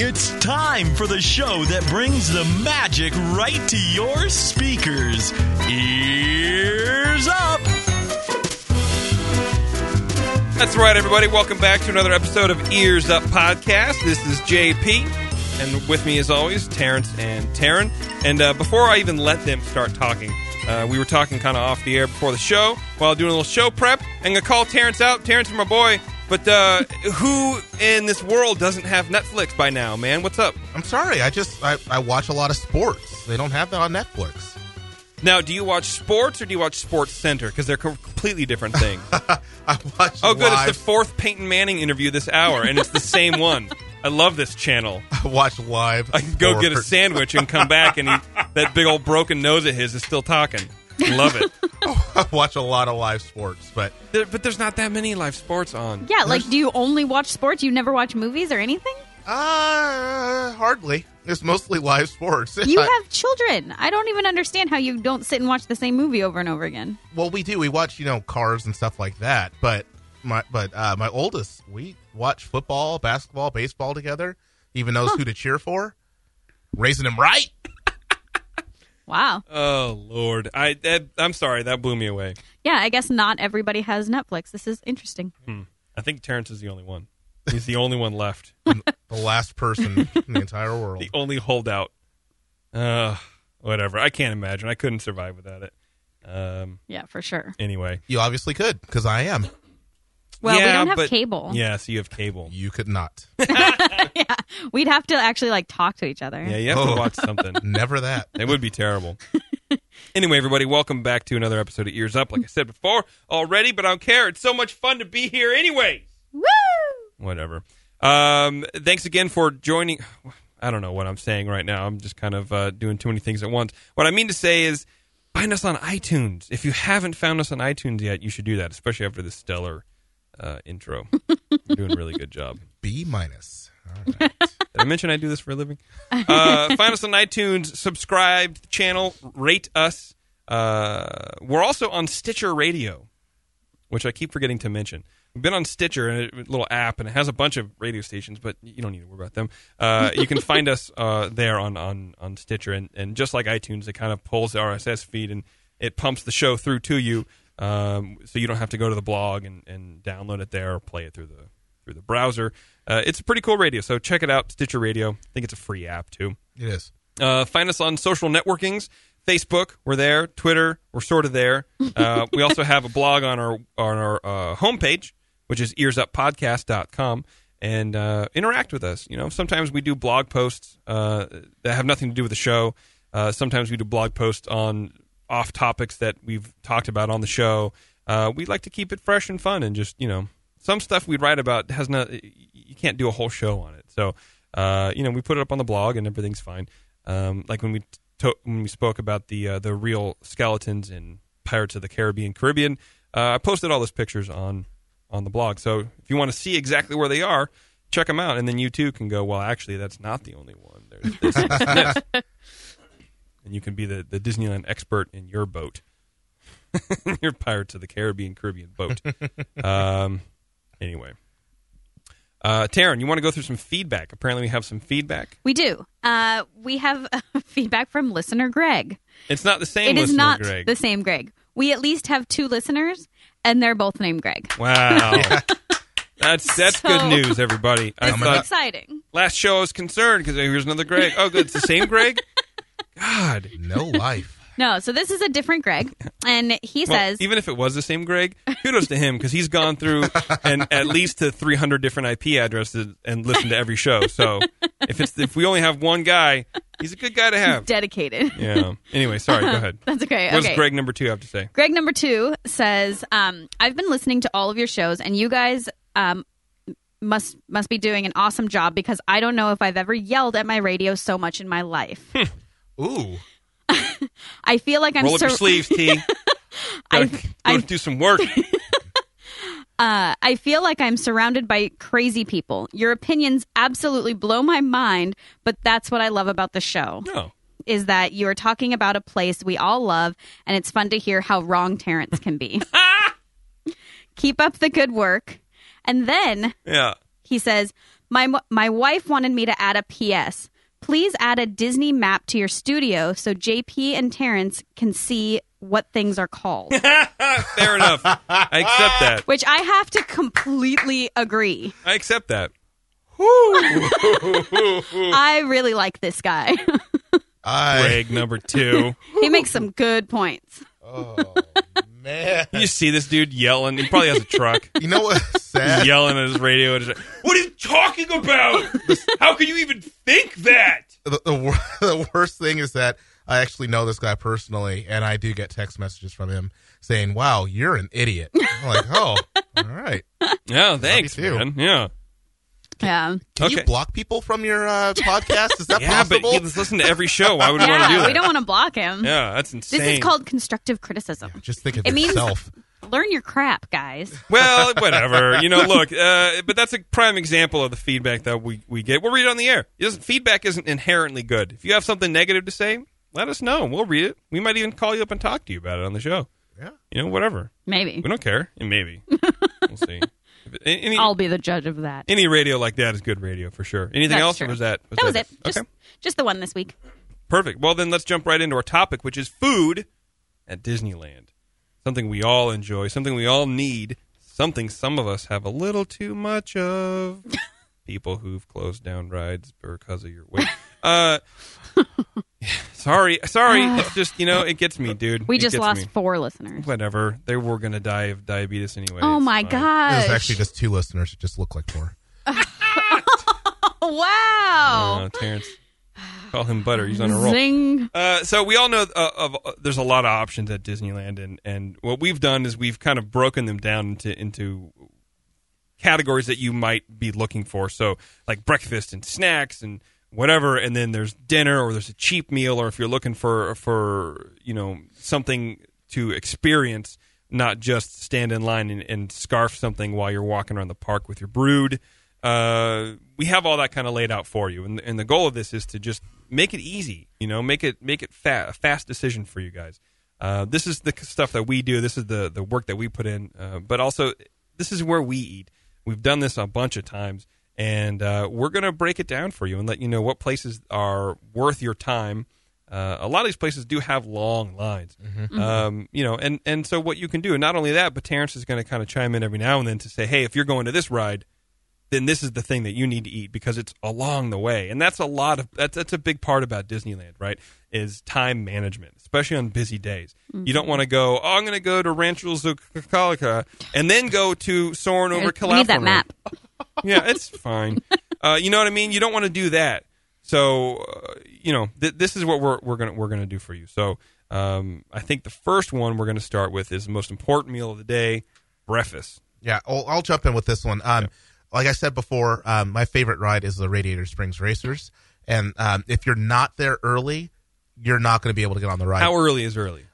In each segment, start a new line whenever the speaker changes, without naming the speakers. It's time for the show that brings the magic right to your speakers. Ears up!
That's right, everybody. Welcome back to another episode of Ears Up Podcast. This is JP, and with me, as always, Terrence and Taryn. And uh, before I even let them start talking, uh, we were talking kind of off the air before the show while doing a little show prep. I'm going to call Terrence out. Terrence, my boy. But uh, who in this world doesn't have Netflix by now, man? What's up?
I'm sorry. I just I, I watch a lot of sports. They don't have that on Netflix.
Now, do you watch sports or do you watch Sports Center? Because they're co- completely different things.
I watch.
Oh, good. It's
Live,
the fourth Peyton Manning interview this hour, and it's the same one. I love this channel.
I watch live.
I can go get a
sports.
sandwich and come back, and he, that big old broken nose of his is still talking. Love it.
I watch a lot of live sports, but
There, but there's not that many live sports on.
Yeah, like, do you only watch sports? You never watch movies or anything?
uh, hardly. It's mostly live sports.
You
I-
have children. I don't even understand how you don't sit and watch the same movie over and over again.
well, we do. We watch you know cars and stuff like that. But my but uh, my oldest, we watch football, basketball, baseball together. Even knows who to cheer for. Raising him right.
Wow.
Oh Lord, I that, I'm sorry that blew me away.
Yeah, I guess not everybody has Netflix. This is interesting.
I think Terrence is the only one. He's the only one left.
The last person in the entire world.
The only holdout. Uh, whatever. I can't imagine. I couldn't survive without it. Um.
Yeah, for sure.
Anyway.
You obviously could, because I am.
Well, we
Yeah,
don't have
but-
cable.
Yeah. So you have cable.
You could not.
We'd have to actually like talk to each other.
Yeah. You have to
Oh.
watch something.
Never that.
It would be terrible. anyway, everybody, welcome back to another episode of Ears Up. Like I said before already, but I don't care. It's so much fun to be here anyway.
Woo!
Whatever. Um, thanks again for joining. I don't know what I'm saying right now. I'm just kind of uh, doing too many things at once. What I mean to say is find us on iTunes. If you haven't found us on iTunes yet, you should do that, especially after this stellar uh, intro. You're doing a really good job.
B minus. All right.
Did I mention I do this for a living? Uh, find us on iTunes, subscribe to the channel, rate us. Uh, we're also on Stitcher Radio, which I keep forgetting to mention. We've been on Stitcher, and a little app, and it has a bunch of radio stations, but you don't need to worry about them. Uh, you can find us uh, there on, on, on Stitcher, and, and just like iTunes, it kind of pulls the RSS feed and it pumps the show through to you, um, so you don't have to go to the blog and, and download it there or play it through the through the browser. Uh, it's a pretty cool radio, so check it out. Stitcher Radio. I think it's a free app too.
It is.
Uh, find us on social networkings. Facebook, we're there. Twitter, we're sort of there. Uh, we also have a blog on our on our uh, homepage, which is earsuppodcast.com. And uh, interact with us. You know, sometimes we do blog posts uh, that have nothing to do with the show. Uh, sometimes we do blog posts on off topics that we've talked about on the show. Uh, we like to keep it fresh and fun, and just you know, some stuff we write about has not. You can't do a whole show on it, so uh, you know, we put it up on the blog, and everything's fine. Um, like when we to- when we spoke about the uh, the real skeletons in Pirates of the Caribbean, Caribbean. Uh, I posted all those pictures on on the blog, so if you want to see exactly where they are, check them out, and then you too can go. Well, actually, that's not the only one. There's this, and this, and this." and you can be the, the Disneyland expert in your boat, your Pirates of the Caribbean Caribbean boat. um, anyway, uh, Taryn, you want to go through some feedback? Apparently, we have some feedback.
We do. Uh, we have uh, feedback from listener Greg.
It's not the same.
It is
listener,
not
Greg.
the same Greg. We at least have two listeners, and they're both named Greg.
Wow. That's that's
So-
good news, everybody. I
This is
thought
exciting.
last show I was concerned because here's another Greg. Oh, good, it's the same Greg. God,
No life.
No, so this is a different Greg, and he
Well,
says
even if it was the same Greg, kudos to him because he's gone through and at least to 300 different IP addresses and listened to every show. So if it's if we only have one guy, he's a good guy to have.
dedicated.
Yeah. Anyway, sorry. Go ahead.
That's okay.
What does
okay.
Greg number two have to say?
Greg number two says, um, I've been listening to all of your shows, and you guys um, must must be doing an awesome job because I don't know if I've ever yelled at my radio so much in my life.
Ooh.
I feel like I'm
Hmm. Roll up your
sur-
sleeves, T. Gotta,
I-
go
I-
do some work.
Uh, I feel like I'm surrounded by crazy people. Your opinions absolutely blow my mind, but that's what I love about the show.
No.
Is that you are talking about a place we all love, and it's fun to hear how wrong Terrence can be. Keep up the good work. And then
Yeah.
he says, my, my wife wanted me to add a PS. Please add a Disney map to your studio so JP and Terrence can see what things are called.
Fair enough. I accept that.
Which I have to completely agree.
I accept that.
I really like this guy.
I
Greg number two.
he makes some good points.
Oh, man.
You see this dude yelling. He probably has a truck.
You know what's sad?
He's yelling at his radio. And he's like, what are you talking about? How can you even think that?
The, the, wor- the worst thing is that I actually know this guy personally, and I do get text messages from him saying, "Wow, you're an idiot." I'm like, "Oh, all right."
Yeah, thanks,
too.
man. Yeah.
Yeah.
Can
Okay.
you block people from your uh, podcast? Is that
Yeah, but
possible?
you just listen to every show. Why would you want to do
Yeah,
that?
we don't want to block him.
yeah, that's insane.
This is called constructive criticism.
Just think of
It means-
yourself.
Learn your crap, guys.
Well, whatever. You know, look, uh, but that's a prime example of the feedback that we, we get. We'll read it on the air. It doesn't, feedback isn't inherently good. If you have something negative to say, let us know. We'll read it. We might even call you up and talk to you about it on the show.
Yeah.
You know, whatever.
Maybe.
We don't care. And maybe. we'll see. If it- Any,
I'll be the judge of that.
any radio like that is good radio for sure. Anything
That's
else? Or
true.
was that? Was
that was it.
that-
Just,
Okay.
just the one this week.
Perfect. Well, then let's jump right into our topic, which is food at Disneyland. Something we all enjoy, something we all need, something some of us have a little too much of. People who've closed down rides because of your weight. Uh, sorry, sorry. It's just you know it gets me, dude.
Ah. We
It
just
gets
lost
me.
four listeners.
Whatever. They were gonna die of diabetes anyway.
Oh
It's
my
fine.
gosh.
There's actually just two listeners that just look like four.
wow.
Uh, Terrence, call him butter. He's on a roll.
Zing.
Uh, so we all know uh, of uh, there's a lot of options at Disneyland, and and what we've done is we've kind of broken them down into into categories that you might be looking for. So like breakfast and snacks and whatever, and then there's dinner or there's a cheap meal, or if you're looking for for you know something to experience, not just stand in line and, and scarf something while you're walking around the park with your brood. Uh, we have all that kind of laid out for you, and and the goal of this is to just make it easy. You know, make it make it fa- a fast decision for you guys. Uh, this is the stuff that we do. This is the the work that we put in. Uh, but also, this is where we eat. We've done this a bunch of times, and uh, we're gonna break it down for you and let you know what places are worth your time. Uh, a lot of these places do have long lines, um, you know, and and so what you can do, and not only that, but Terrence is going to kind of chime in every now and then to say, hey, if you're going to this ride, then this is the thing that you need to eat because it's along the way and that's a lot of that's, that's a big part about disneyland right is time management especially on busy days you don't want to go oh i'm going to go to rancho zucalica and then go to soren over
We need
California."
that map.
yeah it's fine uh, you know what i mean you don't want to do that so uh, you know th- this is what we're, we're gonna we're gonna do for you so um, i think the first one we're gonna start with is the most important meal of the day breakfast
Yeah, I'll, I'll jump in with this one. Um, Like I said before, um, my favorite ride is the Radiator Springs Racers, and um, if you're not there early, you're not going to be able to get on the ride.
how early is early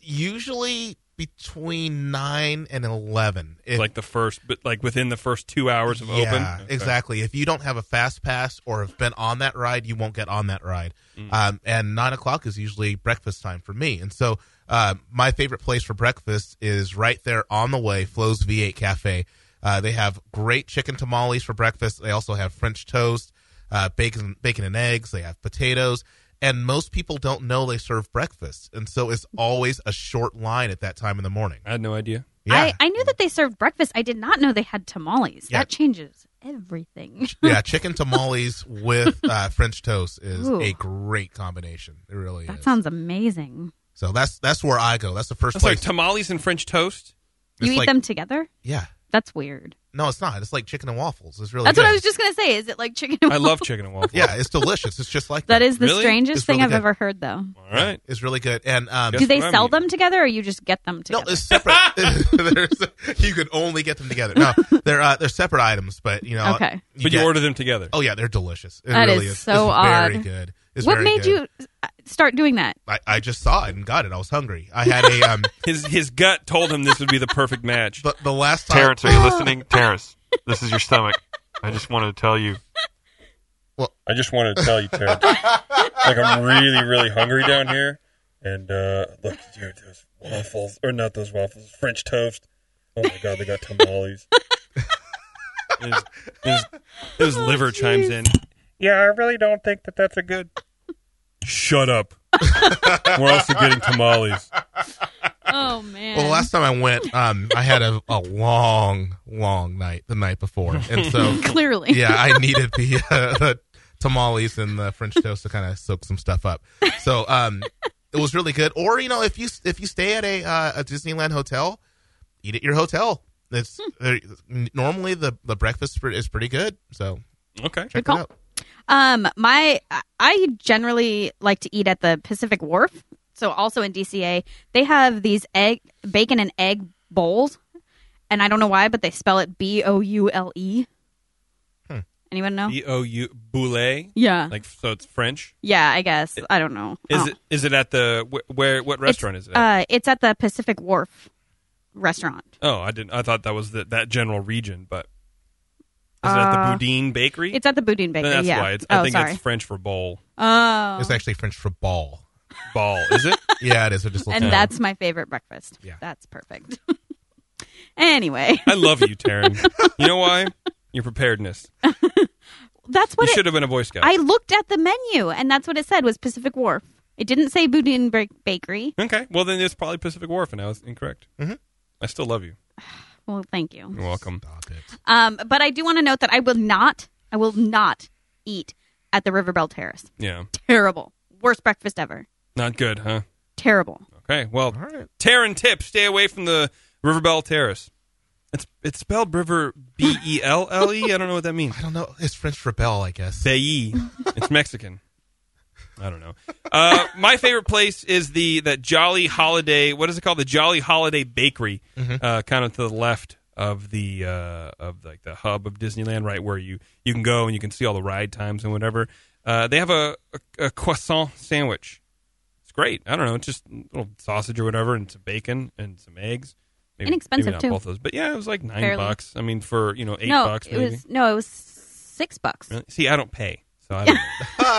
Usually between nine and eleven. If-
like the first, but like within the first two hours of open.
yeah,
Okay.
exactly. If you don't have a fast pass or have been on that ride, you won't get on that ride.
Mm.
Um, and nine o'clock is usually breakfast time for me, and so uh, my favorite place for breakfast is right there on the way, Flo's V8 Cafe. Uh, they have great chicken tamales for breakfast. They also have French toast, uh, bacon, bacon and eggs. They have potatoes. And most people don't know they serve breakfast, and so it's always a short line at that time in the morning.
I had no idea.
Yeah,
I, I knew that they served breakfast. I did not know they had tamales.
Yeah.
That changes everything.
yeah, chicken tamales with uh, French toast is
Ooh.
a great combination. It really is.
That sounds amazing.
so that's that's where I go. That's the first
That's like
place.
tamales and French toast.
You
It's
eat
like-
them together?
yeah,
That's weird.
No, it's not. It's like chicken and waffles. It's really
That's what I
good.
was just gonna say. Is it like chicken? And
I love chicken and waffles.
Yeah, it's delicious. It's just like
That is the
Really?
strangest
It's
thing
really
I've
good.
ever heard, though.
All right.
It's really good. And um,
Yes.
Do they
what I
sell
mean.
them together, or you just get them
no,
together?
it's separate. There's- you could only get them together. No, they're uh, they're separate items, but you know.
Okay.
But you
get-
order them together.
Oh yeah, they're delicious. It
That
really
is
is,
so
it's Very
odd.
good. It's
what
very
made
good.
you uh, start doing that?
I, I just saw it and got it. I was hungry. I had a um.
His his gut told him this would be the perfect match.
the, the last time.
Terrence, are you listening? Terrence, this is your stomach. I just wanted to tell you.
I just wanted to tell you, Terrence. like I'm really, really hungry down here, and uh, look, dude, those waffles or not those waffles, French toast. Oh my god, they got tamales. his, his, his
Oh,
liver chimes in. Yeah, I really don't think that that's a good. Shut up. We're also getting tamales.
Oh man!
Well, the last time I went, um, I had a, a long, long night the night before, and so
Clearly,
yeah, I needed the, uh, the tamales and the French toast to kind of soak some stuff up. So um, it was really good. Or you know, if you if you stay at a uh, a Disneyland hotel, eat at your hotel. It's
Hmm.
there- normally the the breakfast is pretty good. So
Okay.
check
call.
it out.
Um, my I- I generally like to eat at the Pacific Wharf. So also in DCA, they have these egg bacon and egg bowls, and I don't know why, but they spell it B O U L E. Anyone
Oh.
know?
Hmm. B O U boulet.
Yeah,
Like so, it's French.
yeah. I guess I don't know.
Is
Oh.
it? Is it at the wh- where? What
It's-
restaurant is it? At?
Uh, it's at the Pacific Wharf restaurant.
Oh, I didn't. I thought that was the, that general region, but is it at the
Uh,
Boudin Bakery?
It's at the Boudin
Then
Bakery.
that's
yeah.
why. It's,
oh,
I think
sorry.
it's French for bowl.
oh,
It's actually French for ball.
Ball is it?
Yeah, it is. I just looked
and
it up.
that's my favorite breakfast.
Yeah.
that's perfect. anyway,
I love you, Taryn. You know why? Your preparedness.
that's what
you
it
should have been a Boy Scout.
I looked at the menu, and that's what it said was Pacific Wharf. It didn't say Boudin Ba- Bakery.
okay. Well, then it's probably Pacific Wharf, and I was incorrect. Mm-hmm. I still love you.
Well, thank you.
You're welcome.
Stop it.
Um, but I do want to note that I will not, I will not eat at the Riverbell Terrace.
Yeah.
Terrible, worst breakfast ever.
Not good, huh?
Terrible.
Okay. Well,
All right.
Taryn tip: stay away from the Riverbell Terrace. It's it's spelled River B E L L E. I don't know what that means.
I don't know. It's French for bell, I guess.
Bayi. It's Mexican. I don't know. Uh, my favorite place is the that Jolly Holiday. What is it called? The Jolly Holiday Bakery, uh, kind of to the left of the uh, of like the hub of Disneyland, right where you you can go and you can see all the ride times and whatever. Uh, they have a, a, a croissant sandwich. It's great. I don't know. It's just a little sausage or whatever, and some bacon and some eggs. Maybe,
Inexpensive,
maybe not
too.
Both those, but yeah, it was like nine
Fairly.
bucks. I mean, for you know eight
no,
bucks.
it
Maybe.
was no, it was six bucks.
Really? See, I don't pay, so I don't know.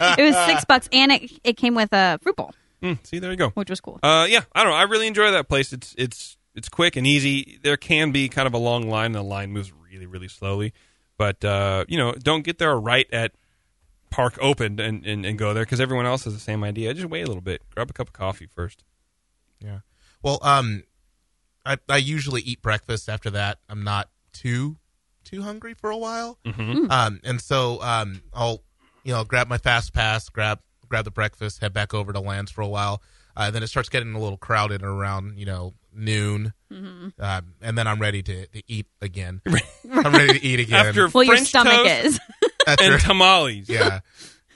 it was six bucks, and it it came with a fruit bowl,
Mm, see, there you go.
which was cool.
Uh, yeah, I don't know. I really enjoy that place. It's it's it's quick and easy. There can be kind of a long line, and the line moves really really slowly. But uh, you know, don't get there right at park open and, and, and go there because everyone else has the same idea. Just wait a little bit. Grab a cup of coffee first.
Yeah. Well, um, I I usually eat breakfast. After that, I'm not too too hungry for a while.
Mm-hmm.
Um, and so um, I'll you know grab my fast pass, grab grab the breakfast, head back over to Lands for a while. Uh, then it starts getting a little crowded around you know noon, um, and then I'm ready to, to eat again. I'm ready to eat again
After
Well, your
French
stomach
toast
is.
After-
and tamales.
yeah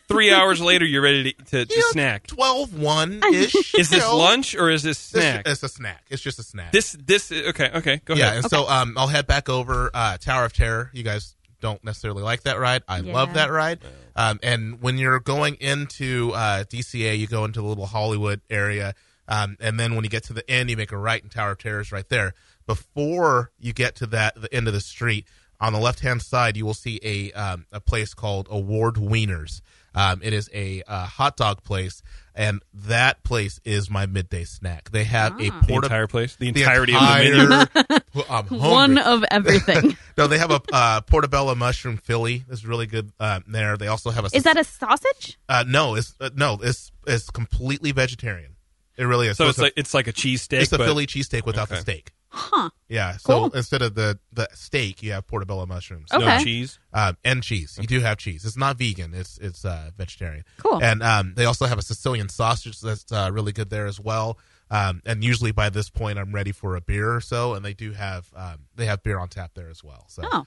Three hours later, you're ready to, to, to
You know,
snack.
twelve one ish.
Is this lunch or is this snack?
It's a snack. It's just a snack.
This this okay okay go
yeah,
ahead.
and so um, I'll head back over uh, Tower of Terror. You guys don't necessarily like that ride. I
Yeah.
love that ride. Um, and when you're going into uh, DCA, you go into the little Hollywood area, um, and then when you get to the end, you make a right, and Tower of Terror is right there. Before you get to that the end of the street, on the left hand side, you will see a um, a place called Award Wieners. Um, it is a uh, hot dog place, and that place is my midday snack. They have
The
a porta
entire place, the
the
entirety of the menu.
entire- Well, I'm hungry.
One of everything.
no, they have a uh, portobello mushroom Philly. It's really good uh, there. They also have a.
is that a sausage?
uh, no? It's uh, no. It's it's completely vegetarian. It really is.
So it's
a-
like it's like a cheesesteak.
it's a
but-
Philly cheesesteak without the
Okay.
steak.
Huh.
Yeah. So
Cool. Oh.
instead of the the steak, you have portobello mushrooms.
Okay.
no cheese.
Um, and cheese. You do have cheese. It's not vegan. It's it's uh, vegetarian.
Cool.
And um, they also have a Sicilian sausage that's uh, really good there as well. Um, and usually by this point, I'm ready for a beer or so, and they do have um, they have beer on tap there as well. So
Oh,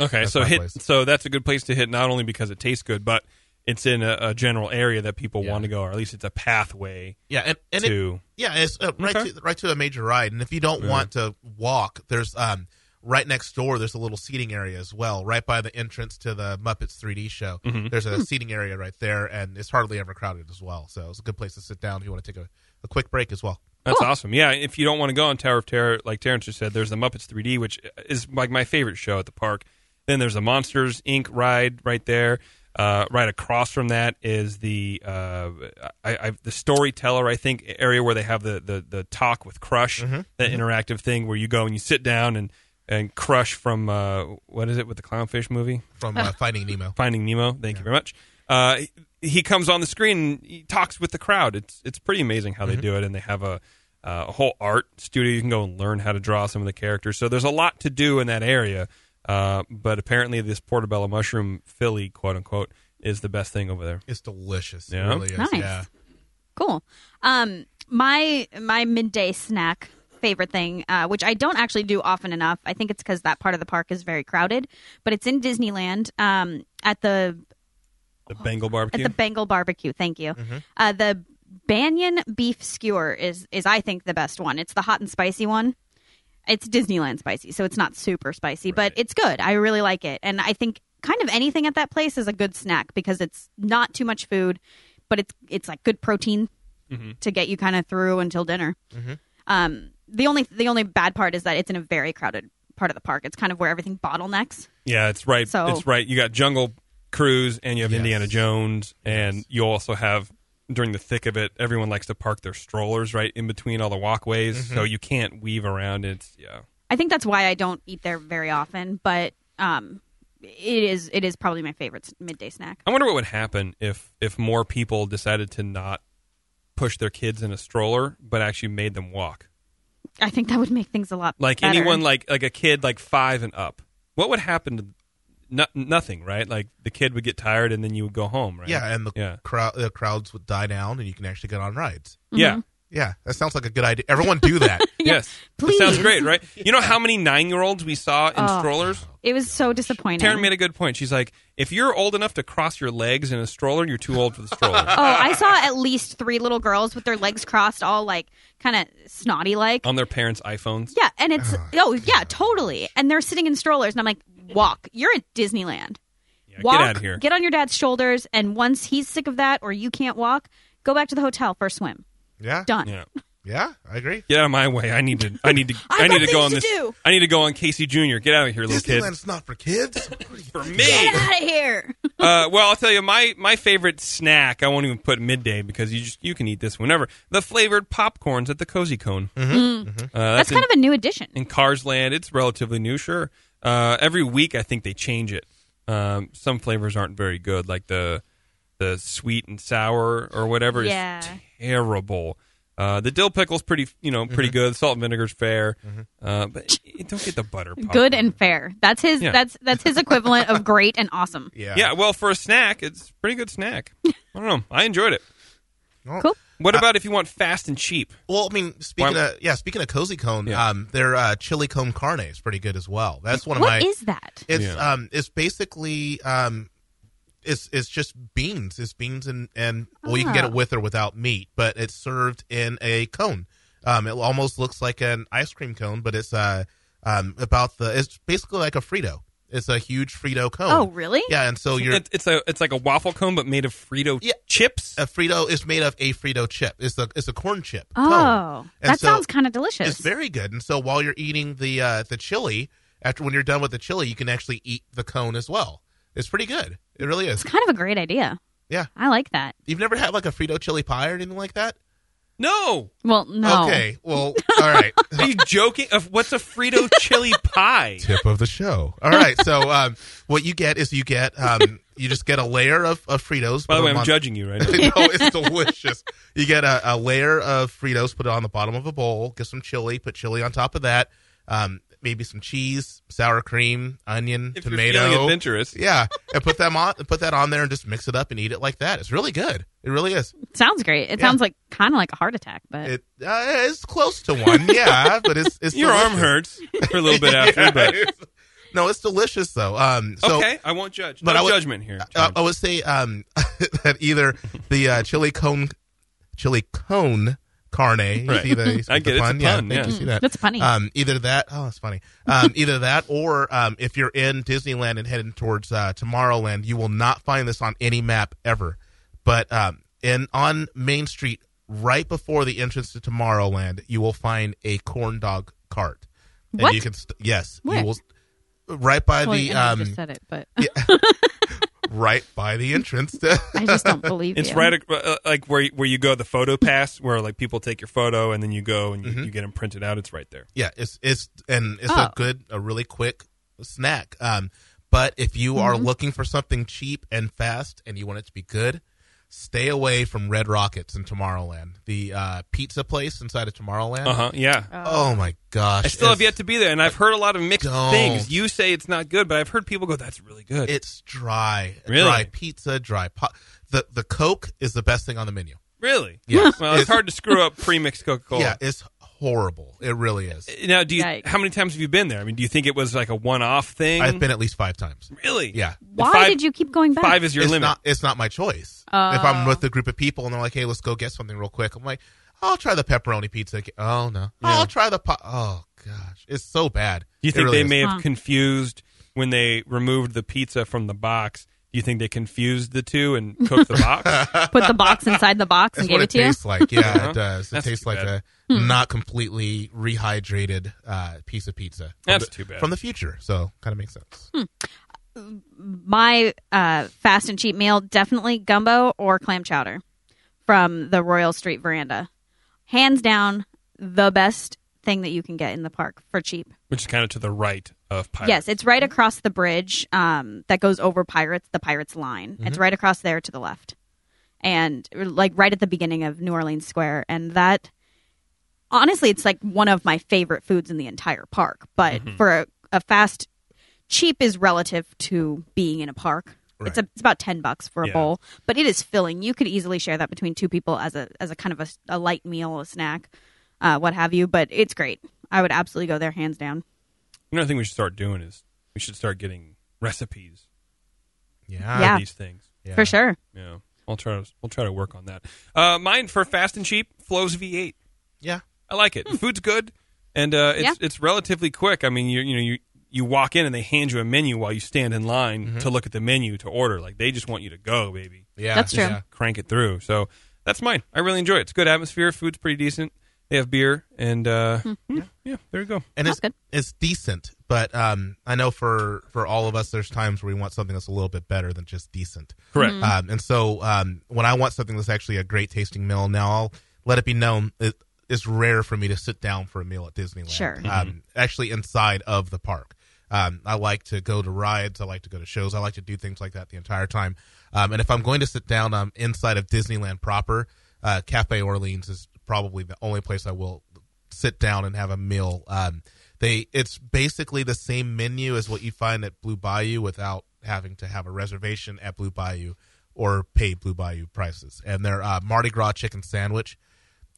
Okay,
That's
so
my
hit.
place.
So that's a good place to hit, not only because it tastes good, but it's in a, a general area that people
Yeah.
want to go, or at least it's a pathway
yeah, and, and it,
to.
yeah, it's uh, right
Okay.
to right to a major ride. And if you don't want to walk, there's um right next door. There's a little seating area as well, right by the entrance to the Muppets 3D show. There's
Hmm.
a seating area right there, and it's hardly ever crowded as well. So it's a good place to sit down if you want to take a, a quick break as well.
That's awesome. Yeah, if you don't want to go on Tower of Terror, like Terrence just said, there's the Muppets 3D, which is like my favorite show at the park. Then there's the Monsters Inc. ride right there. Uh, right across from that is the uh, I, I, the storyteller, I think, area where they have the the, the talk with Crush, that interactive thing where you go and you sit down and and Crush from uh, what is it with the clownfish movie?
From uh, Finding Nemo.
Finding Nemo. Thank you very much. Uh, he- he comes on the screen, and he talks with the crowd. It's it's pretty amazing how they do it, and they have a uh, a whole art studio. You can go and learn how to draw some of the characters. So there's a lot to do in that area. Uh, but apparently, this portobello mushroom Philly, quote unquote, is the best thing over there.
It's delicious. It
Yeah.
really is.
Nice.
Yeah.
cool. Um, my my midday snack favorite thing, uh, which I don't actually do often enough. I think it's because that part of the park is very crowded, but it's in Disneyland um, at the
The Bengal
Oh, at
barbecue.
the Bengal barbecue. Thank you. Uh, the Banyan beef skewer is is I think the best one. It's the hot and spicy one. It's Disneyland spicy, so it's not super spicy, but it's good. I really like it, and I think kind of anything at that place is a good snack because it's not too much food, but it's it's like good protein to get you kind of through until dinner. Um, the only the only bad part is that it's in a very crowded part of the park. It's kind of where everything bottlenecks.
yeah, it's right.
So-
It's right. You got Jungle Cruise, and you have Indiana Jones, and you also have during the thick of it. Everyone likes to park their strollers right in between all the walkways,
Mm-hmm.
so you can't weave around. It's yeah.
I think that's why I don't eat there very often, but um, it is it is probably my favorite s- midday snack.
I wonder what would happen if if more people decided to not push their kids in a stroller, but actually made them walk.
I think that would make things a lot
Like
better.
anyone, like like a kid, like five and up. What would happen? to no, Nothing, right? Like the kid would get tired, and then you would go home, right?
Yeah, and the
yeah,
crowd the crowds would die down, and you can actually get on rides.
yeah.
Mm-hmm.
Yeah, that sounds like a good idea. Everyone do that.
Yes, That sounds great, right? You know how many nine-year-olds we saw in
Oh.
strollers?
it was so disappointing.
Taryn made a good point. She's like, if you're old enough to cross your legs in a stroller, you're too old for the stroller.
oh, I saw at least three little girls with their legs crossed, all like kind of snotty like.
On their parents' iPhones.
yeah, and it's oh yeah, totally. And they're sitting in strollers, and I'm like, walk. You're at Disneyland.
get
walk,
outta here.
Get on your dad's shoulders, and once he's sick of that, or you can't walk, go back to the hotel for a swim.
Yeah,
Done.
Yeah.
yeah, I agree.
Get out of my way. I need to. I need to.
I've
I, need
got
to go
things
on
to
this.
do.
I need to go on Casey Jr. Get out of here, little kid.
Disneyland's not for kids. What are you
For
thinking?
me.
Get out of here.
Uh, well, I'll tell you my my favorite snack. I won't even put midday because you just you can eat this whenever. The flavored popcorns at the Cozy Cone. Mm-hmm. Uh,
That's,
that's, in,
kind of a new addition.
in Cars Land. It's relatively new, sure. Uh, every week, I think they change it. Um, some flavors aren't very good, like the the sweet and sour or whatever
Yeah.
is terrible. Uh, the dill pickle's pretty, you know,
Mm-hmm.
pretty good. Salt and vinegar's fair, uh, but you don't get the butter. Popcorn.
Good and fair. That's his.
Yeah.
That's that's his equivalent of great and awesome.
Yeah.
Yeah, well, for a snack, it's a pretty good snack. I don't know. I enjoyed it.
Well,
Cool.
What about if you want fast and cheap?
Well, I mean, speaking
Why-
of yeah, speaking of cozy cone,
Yeah.
um, their uh, chili cone carne is pretty good as well. That's one
What
of
is
my.
that?
it's
Yeah.
um, it's basically um, it's it's just beans. It's beans and and well, you can
Ah.
get it with or without meat, but it's served in a cone. Um, it almost looks like an ice cream cone, but it's uh, um, about the it's basically like a Frito. It's a huge Frito cone.
Oh, really?
Yeah, and so you're
It, it's a it's like a waffle cone, but made of Frito
Yeah. Uh,
chips.
a Frito is made of a Frito chip. It's a it's a corn chip.
Oh,
cone. And
that
so
sounds kind of delicious.
It's very good. And so while you're eating the uh, the chili, after when you're done with the chili, you can actually eat the cone as well. It's pretty good. It really is.
kind of a great idea.
Yeah.
I like that.
You've never had like a Frito chili pie or anything like that?
No,
Well, no.
Okay. Well, all right.
are you joking? Of what's a Frito chili pie?
Tip of the show. All right. So um, what you get is you get um, you just get a layer of, of Fritos.
By the
put
way,
them
I'm
on-
judging you right now.
no, it's delicious. You get a, a layer of Fritos, put it on the bottom of a bowl, get some chili, put chili on top of that. Um, maybe some cheese, sour cream, onion,
If you're
tomato.
feeling adventurous.
Yeah, and put them on, put that on there, and just mix it up and eat it like that. It's really good. It really is.
Sounds great. It sounds like kind of like a heart attack, but
It uh, it's close to one, yeah, but it's it's
Your arm
delicious.
hurts for a little bit after, but
No, it's delicious though. Um, so
okay, I won't judge. No
but I would-
judgment here.
uh,
John.
I would say um, that either the uh, chili cone, chili cone carne. You
Right.
see the, you see
I
the
get it. It's a
Yeah,
pun,
I think
yeah.
you see that.
that's funny.
Um, either that. Oh, that's funny. Um, either that, or um, if you're in Disneyland and heading towards uh, Tomorrowland, you will not find this on any map ever. But um, in on Main Street, right before the entrance to Tomorrowland, you will find a corn dog cart.
What?
And you can st- yes,
Where?
you will. Right by
Well,
the
I know you
um,
just said it, but
right by the entrance. To-
I just don't believe
it's
you.
right ac- uh, like where where you go the photo pass where like people take your photo and then you go and you,
Mm-hmm.
you get them printed out. It's right there.
yeah, it's it's and it's a
Oh.
good, a really quick snack. Um, but if you are looking for something cheap and fast, and you want it to be good, stay away from Red Rockets in Tomorrowland, the uh, pizza place inside of Tomorrowland.
Uh huh. Yeah.
Oh my gosh!
I still have yet to be there, and I've heard a lot of mixed
Don't.
things. You say it's not good, but I've heard people go, "That's really good."
It's dry,
Really?
dry pizza, dry pot. The the Coke is the best thing on the menu.
really?
Yes.
Well, it's,
It's-
hard to screw up pre-mixed Coca-Cola.
Yeah, it's horrible. It really is.
Now, do you?
Yikes.
How many times have you been there? I mean, do you think it was like a one-off thing?
I've been at least five times.
really.
Yeah.
Why
Five-
did you keep going back?
Five is your
it's
limit. Oh.
Not, it's not my choice. if I'm with a group of people and they're like, "Hey, let's go get something real quick," I'm like, "I'll try the pepperoni pizza." aga- Oh no, I'll try the pot. Oh gosh, it's so bad.
Do you
It
think
really
they
is.
may have confused when they removed the pizza from the box? Do you think they confused the two and cooked the box?
Put the box inside the box and
That's
gave
what
it
it
to Hmm. you.
tastes like. Yeah,
Uh-huh.
it does. It
That's
tastes
too
like
bad.
a not completely rehydrated uh, piece of pizza. From
That's
the-
too bad.
From the future, so kind of makes sense.
Hmm. My uh, fast and cheap meal definitely gumbo or clam chowder from the Royal Street veranda. Hands down, the best thing that you can get in the park for cheap.
Which is kind of to the right of Pirates.
Yes, it's right across the bridge um, that goes over Pirates, the Pirates line. It's right across there to the left, and like right at the beginning of New Orleans Square. And that, honestly, it's like one of my favorite foods in the entire park. But for a, a fast, cheap is relative to being in a park. It's, a, it's about ten bucks for a
Yeah.
bowl, but it is filling. You could easily share that between two people as a as a kind of a, a light meal, a snack, uh, what have you. But it's great. I would absolutely go there, hands down.
Another thing we should start doing is we should start getting recipes
Yeah.
for
Yeah.
these things.
Yeah.
For sure.
Yeah. I'll try to we'll try to work on that. Uh, mine for fast and cheap, Flows V8.
Yeah.
I like
Hmm.
it. The food's good, and uh, it's it's relatively quick. I mean, you you know you you walk in and they hand you a menu while you stand in line
Mm-hmm.
to look at the menu to order. Like they just want you to go, baby.
Yeah,
That's true.
yeah.
Crank it through. So that's mine. I really enjoy it. It's good atmosphere. Food's pretty decent. They have beer and uh,
Hmm.
yeah, yeah, there you go.
and it's
good.
it's decent. But um, I know for for all of us, there's times where we want something that's a little bit better than just decent.
Correct.
Um, and so um, when I want something that's actually a great tasting meal, now I'll let it be known it, it's rare for me to sit down for a meal at Disneyland.
Sure.
Um, actually, inside of the park. Um, I like to go to rides. I like to go to shows. I like to do things like that the entire time. Um, and if I'm going to sit down um, inside of Disneyland proper, uh, Cafe Orleans is probably the only place I will sit down and have a meal. Um, they it's basically the same menu as what you find at Blue Bayou without having to have a reservation at Blue Bayou or pay Blue Bayou prices. And their uh, Mardi Gras chicken sandwich,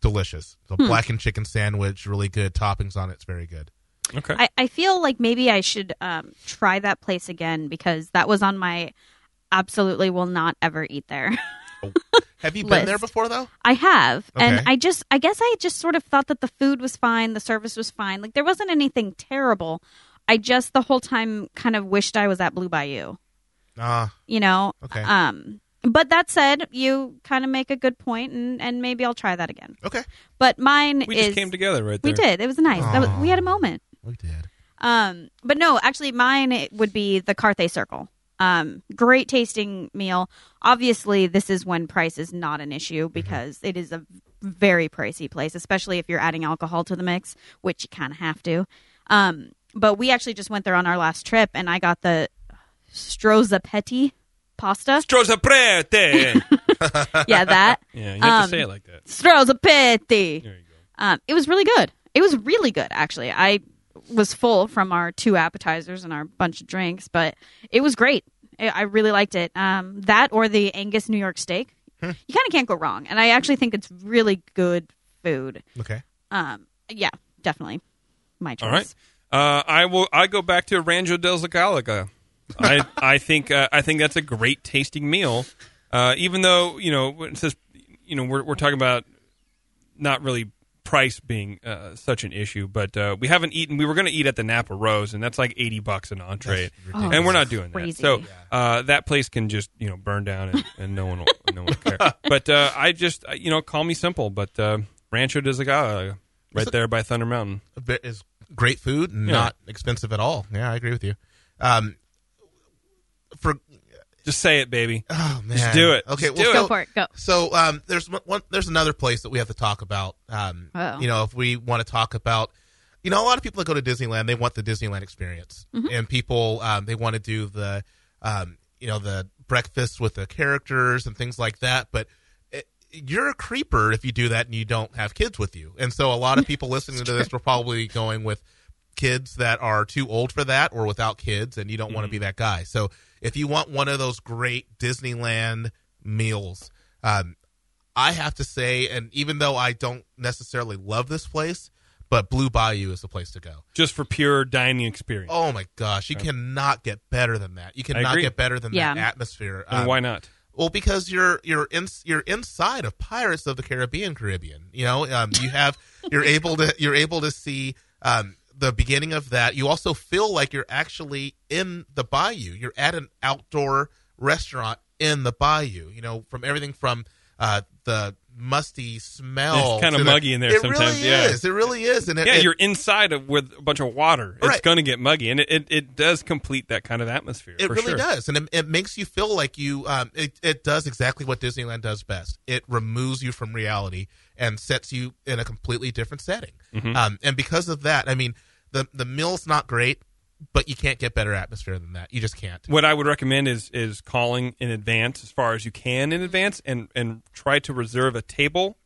delicious. The
Hmm.
blackened chicken sandwich, really good toppings on it. It's very good.
Hmm. Okay.
I, I feel like maybe I should um, try that place again because that was on my absolutely will not ever eat there.
Have you been
List.
there before though?
I have.
Okay.
And I just, I guess I just sort of thought that the food was fine, the service was fine. Like there wasn't anything terrible. I just the whole time kind of wished I was at Blue Bayou,
Uh,
you know?
Okay.
Um, but that said, you kind of make a good point and, and maybe I'll try that again.
okay.
But mine
we
is.
just came together right there.
we did. It was nice. That was, we had a moment.
We did.
Um, but no, actually, mine it would be the Carthay Circle. Um, great tasting meal. Obviously, this is when price is not an issue because it is a very pricey place, especially if you're adding alcohol to the mix, which you kind of have to. Um, but we actually just went there on our last trip, and I got the strozzapetti pasta.
Strozzaprete.
yeah, that
yeah, you have
Um,
to say it like that.
strozzapetti.
There you go.
Um, it was really good. It was really good, actually. I was full from our two appetizers and our bunch of drinks, but it was great. I I really liked it. Um, that or the Angus New York steak, you kind of can't go wrong. And I actually think it's really good food.
Okay.
Um, yeah, definitely my choice.
All right. Uh, I will. I go back to Rancho del Zagalaga. I I think uh, I think that's a great tasting meal. Uh, even though you know when it says you know we're we're talking about not really price being uh, such an issue, but uh, we haven't eaten. We were going to eat at the Napa Rose, and that's like eighty bucks an entree,
ridiculous.
and we're not doing that.
Crazy.
So uh, that place can just you know burn down, and, and no one will no one will care. But uh, I just uh, you know call me simple, but uh, Rancho del Zagalaga, right there by Thunder Mountain.
There is great food and not expensive at all. Yeah, I agree with you. Um, for
Just say it, baby.
oh man,
do it.
Okay,
Just
well,
do
Go
so-
for it. Go.
So um, there's one- one. There's another place that we have to talk about. Um,
Uh-oh.
you know, if we want to talk about, you know, a lot of people that go to Disneyland, they want the Disneyland experience, and people um, they want to do the, um, you know, the breakfast with the characters and things like that. But it, you're a creeper if you do that and you don't have kids with you. And so a lot of people listening to this were probably going with kids that are too old for that or without kids and you don't want to be that guy. So if you want one of those great Disneyland meals, um, I have to say, and even though I don't necessarily love this place, but Blue Bayou is the place to go.
just for pure dining experience.
Oh my gosh, you cannot get better than that. You cannot
agree.
get better than
Yeah.
that atmosphere.
and
Um,
why not?
well, because you're you're in, you're inside of Pirates of the Caribbean, Caribbean. You know, um, you have you're able to you're able to see um, the beginning of that. You also feel like you're actually in the bayou. You're at an outdoor restaurant in the bayou. You know, from everything from uh, the musty smell.
It's kinda
to the-
muggy in there
It
sometimes,
Really
yeah.
is. It really is. And it,
Yeah,
it-
you're inside of, with a bunch of water. It's
Right.
going to get muggy, and it, it, it does complete that kind of atmosphere.
It
for
really
sure.
does, and it, it makes you feel like you. Um, it it does exactly what Disneyland does best. It removes you from reality and sets you in a completely different setting.
Mm-hmm.
Um, and because of that, I mean, the the meal's not great, but you can't get better atmosphere than that. You just can't.
What I would recommend is is calling in advance as far as you can in advance, and and try to reserve a table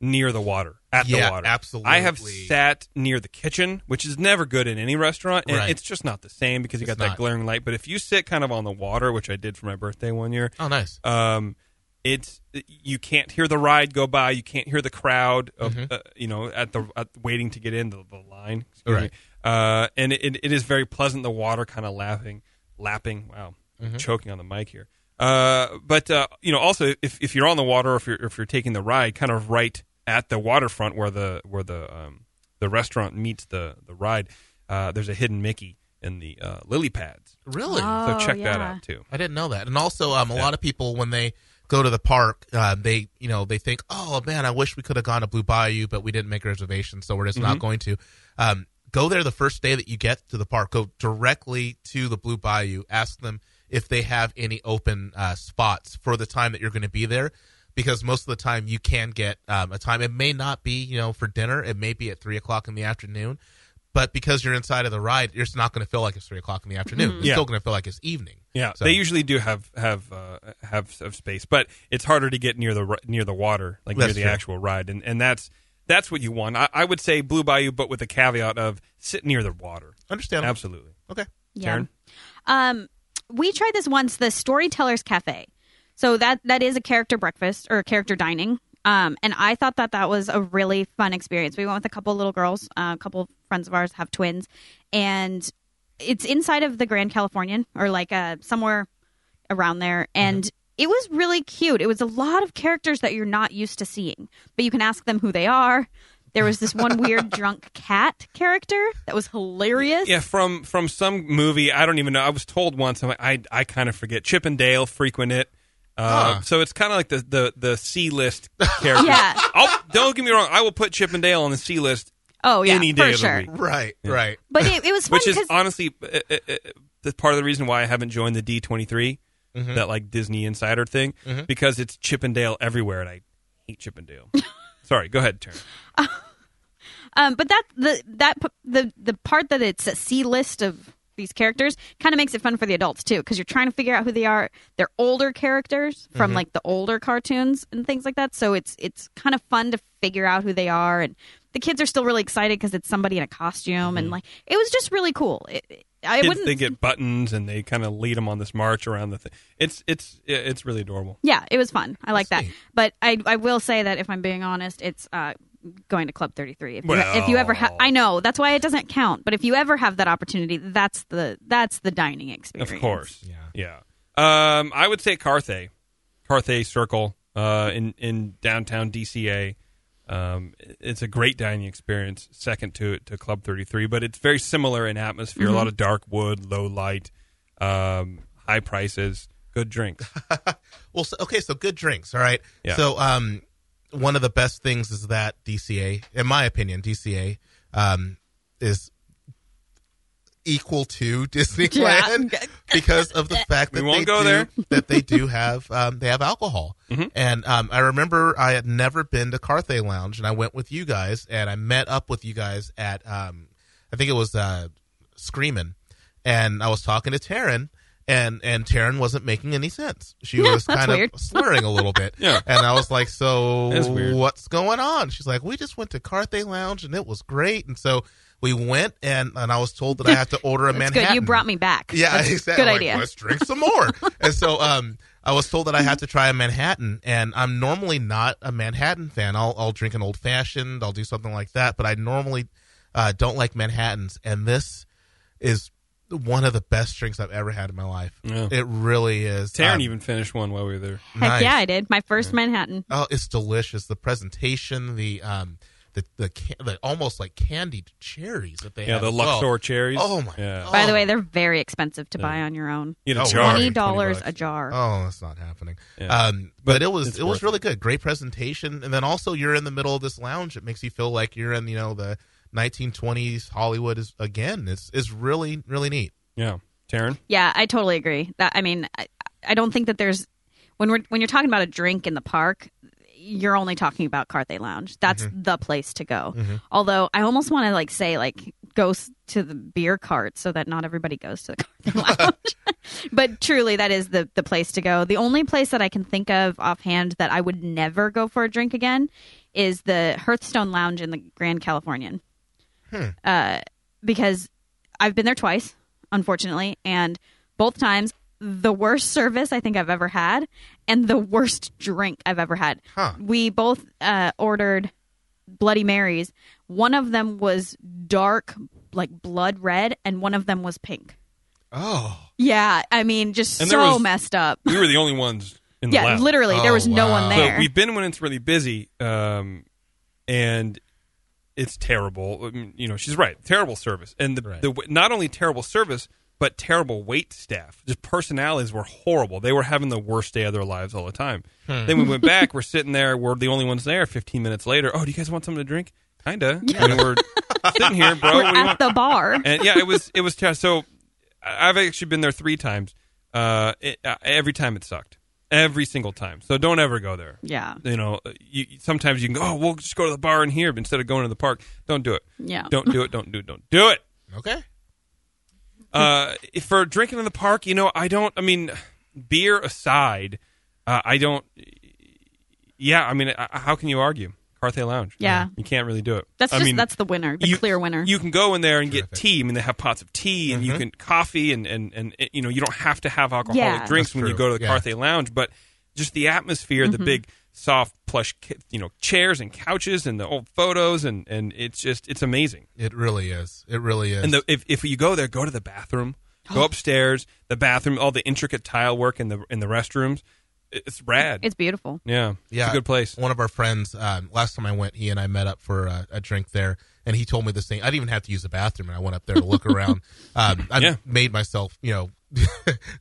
near the water at
Mm-hmm. Yeah,
the water.
absolutely.
I have sat near the kitchen, which is never good in any restaurant, and
Right.
it's just not the same because you
It's
got that
not.
glaring light. But if you sit kind of on the water, which I did for my birthday one year,
Oh, nice.
um, it's you can't hear the ride go by. You can't hear the crowd of uh, you know at the at waiting to get in the, the line. excuse me.
Right.
Uh, and it, it is very pleasant. The water kind of laughing, lapping. Wow, I'm choking on the mic here. Uh, but uh, you know, also if, if you're on the water, or if you're if you're taking the ride, kind of right at the waterfront where the where the um, the restaurant meets the the ride, uh, there's a hidden Mickey in the uh, lily pads.
Really,
Oh,
so check that
yeah.
out too.
I didn't know that. And also, um, a lot of people when they go to the park, uh, they you know they think, oh man, I wish we could have gone to Blue Bayou, but we didn't make a reservation, so we're just
Mm-hmm.
not going to. Um, go there the first day that you get to the park. Go directly to the Blue Bayou. Ask them if they have any open uh, spots for the time that you're going to be there. Because most of the time you can get um, a time. It may not be, you know, for dinner. It may be at three o'clock in the afternoon, but because you're inside of the ride, you're just not going to feel like it's three o'clock in the afternoon. It's
Mm-hmm. Yeah.
still going to feel like it's evening.
Yeah,
So-
they usually do have have uh, have have space, but it's harder to get near the ri- near the water, like near
That's
the
true.
actual ride, and and that's that's what you want. I, I would say Blue Bayou, but with a caveat of sit near the water.
Understandable.
Absolutely,
Okay.
Yeah.
Karen?
Um, we tried this once, the Storytellers Cafe. So that that is a character breakfast or character dining. Um, and I thought that that was a really fun experience. We went with a couple little girls, uh, a couple friends of ours have twins, and it's inside of the Grand Californian or like uh, somewhere around there
Mm-hmm.
and it was really cute it was a lot of characters that you're not used to seeing but you can ask them who they are there was this one weird drunk cat character that was hilarious
yeah. From from some movie, I don't even know. I was told once. I'm like, I I kind of forget. Chip and Dale frequent it. Uh,
Huh.
So it's kind of like the the the C list character.
Yeah.
I'll, don't get me wrong. I will put Chip and Dale on the C list,
oh yeah
Any
for
day of the
sure
week.
Right, right.
but it, it was fun
which is
because
honestly uh, uh, uh, the part of the reason why I haven't joined the D twenty three, that like Disney Insider thing, because it's Chippendale everywhere, and I hate Chippendale. Sorry, go ahead, Taryn.
um, but that the that p- the the part that it's a C list of these characters kind of makes it fun for the adults too because you're trying to figure out who they are. They're older characters from
Mm-hmm.
like the older cartoons and things like that, so it's it's kind of fun to figure out who they are. And the kids are still really excited because it's somebody in a costume and like it was just really cool. It, it- I
Mm-hmm. Kids,
wouldn't.
they get buttons and they kind of lead them on this march around the thing. It's it's it's really adorable.
Yeah, it was fun. I like that.
neat.
But I, I will say that if I'm being honest, it's uh, going to Club 33. If, you, if you ever have,
Well.
I know that's why it doesn't count. But if you ever have that opportunity, that's the that's the dining experience.
Of course. Yeah. Yeah. Um, I would say Carthay, Carthay Circle uh, in in downtown DCA. Um, it's a great dining experience, second to to Club Thirty Three, but it's very similar in atmosphere. A lot of dark wood, low light, um, high prices, good drinks.
Well, so, okay, so good drinks. All right.
Yeah.
So, um, one of the best things is that DCA, in my opinion, DCA, um, is equal to Disneyland because of the fact
We
that
won't
they
go
do,
there.
that they do have um, they have alcohol.
Mm-hmm.
And um, I remember I had never been to Carthay Lounge, and I went with you guys, and I met up with you guys at um, I think it was uh, Screaming, and I was talking to Taryn. And and Taryn wasn't making any sense. She was
that's
kind of
weird.
slurring a little bit.
Yeah.
And I was like, so
That's weird.
what's going on? She's like, we just went to Carthay Lounge and it was great. And so we went and, and I was told that I had to order a
That's
Manhattan.
good. You brought me back.
Yeah,
That's
exactly. Oh,
Good
Like,
idea.
Let's drink some more. and so um, I was told that I had to try a Manhattan, and I'm normally not a Manhattan fan. I'll I'll drink an old fashioned. I'll do something like that, but I normally uh, don't like Manhattans. And this is one of the best drinks I've ever had in my life.
Yeah.
It really is.
Taryn
Um,
even finished one while we were there.
Heck
nice.
yeah, I did my first Manhattan.
Oh, it's delicious. The presentation, the um, the the, ca- the almost like candied cherries that they
Yeah,
have
the
as well.
Luxor cherries.
Oh my
Yeah.
god!
By the way, they're very expensive to buy on your own.
You know,
Oh,
jar.
Twenty
sorry.
dollars a
bucks.
jar.
Oh, that's not happening.
Yeah.
Um, but,
But
it was
it's
it
worth
was really good. Great presentation, and then also you're in the middle of this lounge. It makes you feel like you're in you know the 1920s Hollywood is again. It's is really really neat.
Yeah. Taryn.
Yeah, I totally agree. That I mean, I, I don't think that there's when we're when you're talking about a drink in the park, you're only talking about Carthay Lounge. That's the place to go. Although I almost want to like say like go s- to the beer cart so that not everybody goes to the Carthay Lounge. but truly, that is the the place to go. The only place that I can think of offhand that I would never go for a drink again is the Hearthstone Lounge in the Grand Californian because I've been there twice, unfortunately, and both times the worst service I think I've ever had and the worst drink I've ever had.
Huh.
We both uh, ordered Bloody Marys. One of them was dark, like blood red, and one of them was pink.
Oh,
Yeah, I mean, just
And there
so
was-
messed up.
We were the only ones in
Yeah,
the lab.
literally, there
Oh,
was no
wow.
So
one there.
we've been when it's really busy, um, and it's terrible. I mean, you know, she's right. Terrible service, and the,
Right.
the w- not only terrible service, but terrible wait staff. Just personalities were horrible. They were having the worst day of their lives all the time. Then we went back. We're sitting there. We're the only ones there. Fifteen minutes later. Oh, do you guys want something to drink? Kinda. I mean, we're sitting here, bro.
We're
What do you
at
want?
the bar.
and yeah, it was it was ter- so. I- I've actually been there three times. Uh, it, uh, every time it sucked. Every single time. So don't ever go there.
Yeah.
You know, uh, you, you- sometimes you can go. Oh, we'll just go to the bar in here instead of going to the park. Don't do it.
Yeah.
Don't do it. Don't do it. Don't do it.
okay.
Uh, if for drinking in the park, you know, I don't. I mean, beer aside, uh, I don't. Yeah, I mean, I, I- how can you argue? Carthay Lounge.
Yeah.
you can't really do it.
That's
I
just
mean,
that's the winner, the
you-
clear winner.
You can go in there and get tea. I mean, they have pots of tea, and you
Mm-hmm.
can coffee, and, and and eh, you know you don't have to have alcoholic
Yeah.
drinks
That's
when you
true.
go to the
Yeah.
Carthay Lounge. But just the atmosphere,
Mm-hmm.
the big soft plush, ca- you know, chairs and couches, and the old photos, and and it's just it's amazing.
It really is. It really is.
And the, if if you go there, go to the bathroom, go upstairs, the bathroom, all the intricate tile work in the in the restrooms, it's rad.
it's beautiful.
yeah,
yeah, Uh,
it's a good place.
One of our friends, um, last time I went, he and I met up for a, a drink there, and he told me this thing. I didn't even have to use the bathroom, and I went up there to look around. Um, I
Yeah.
made myself, you know,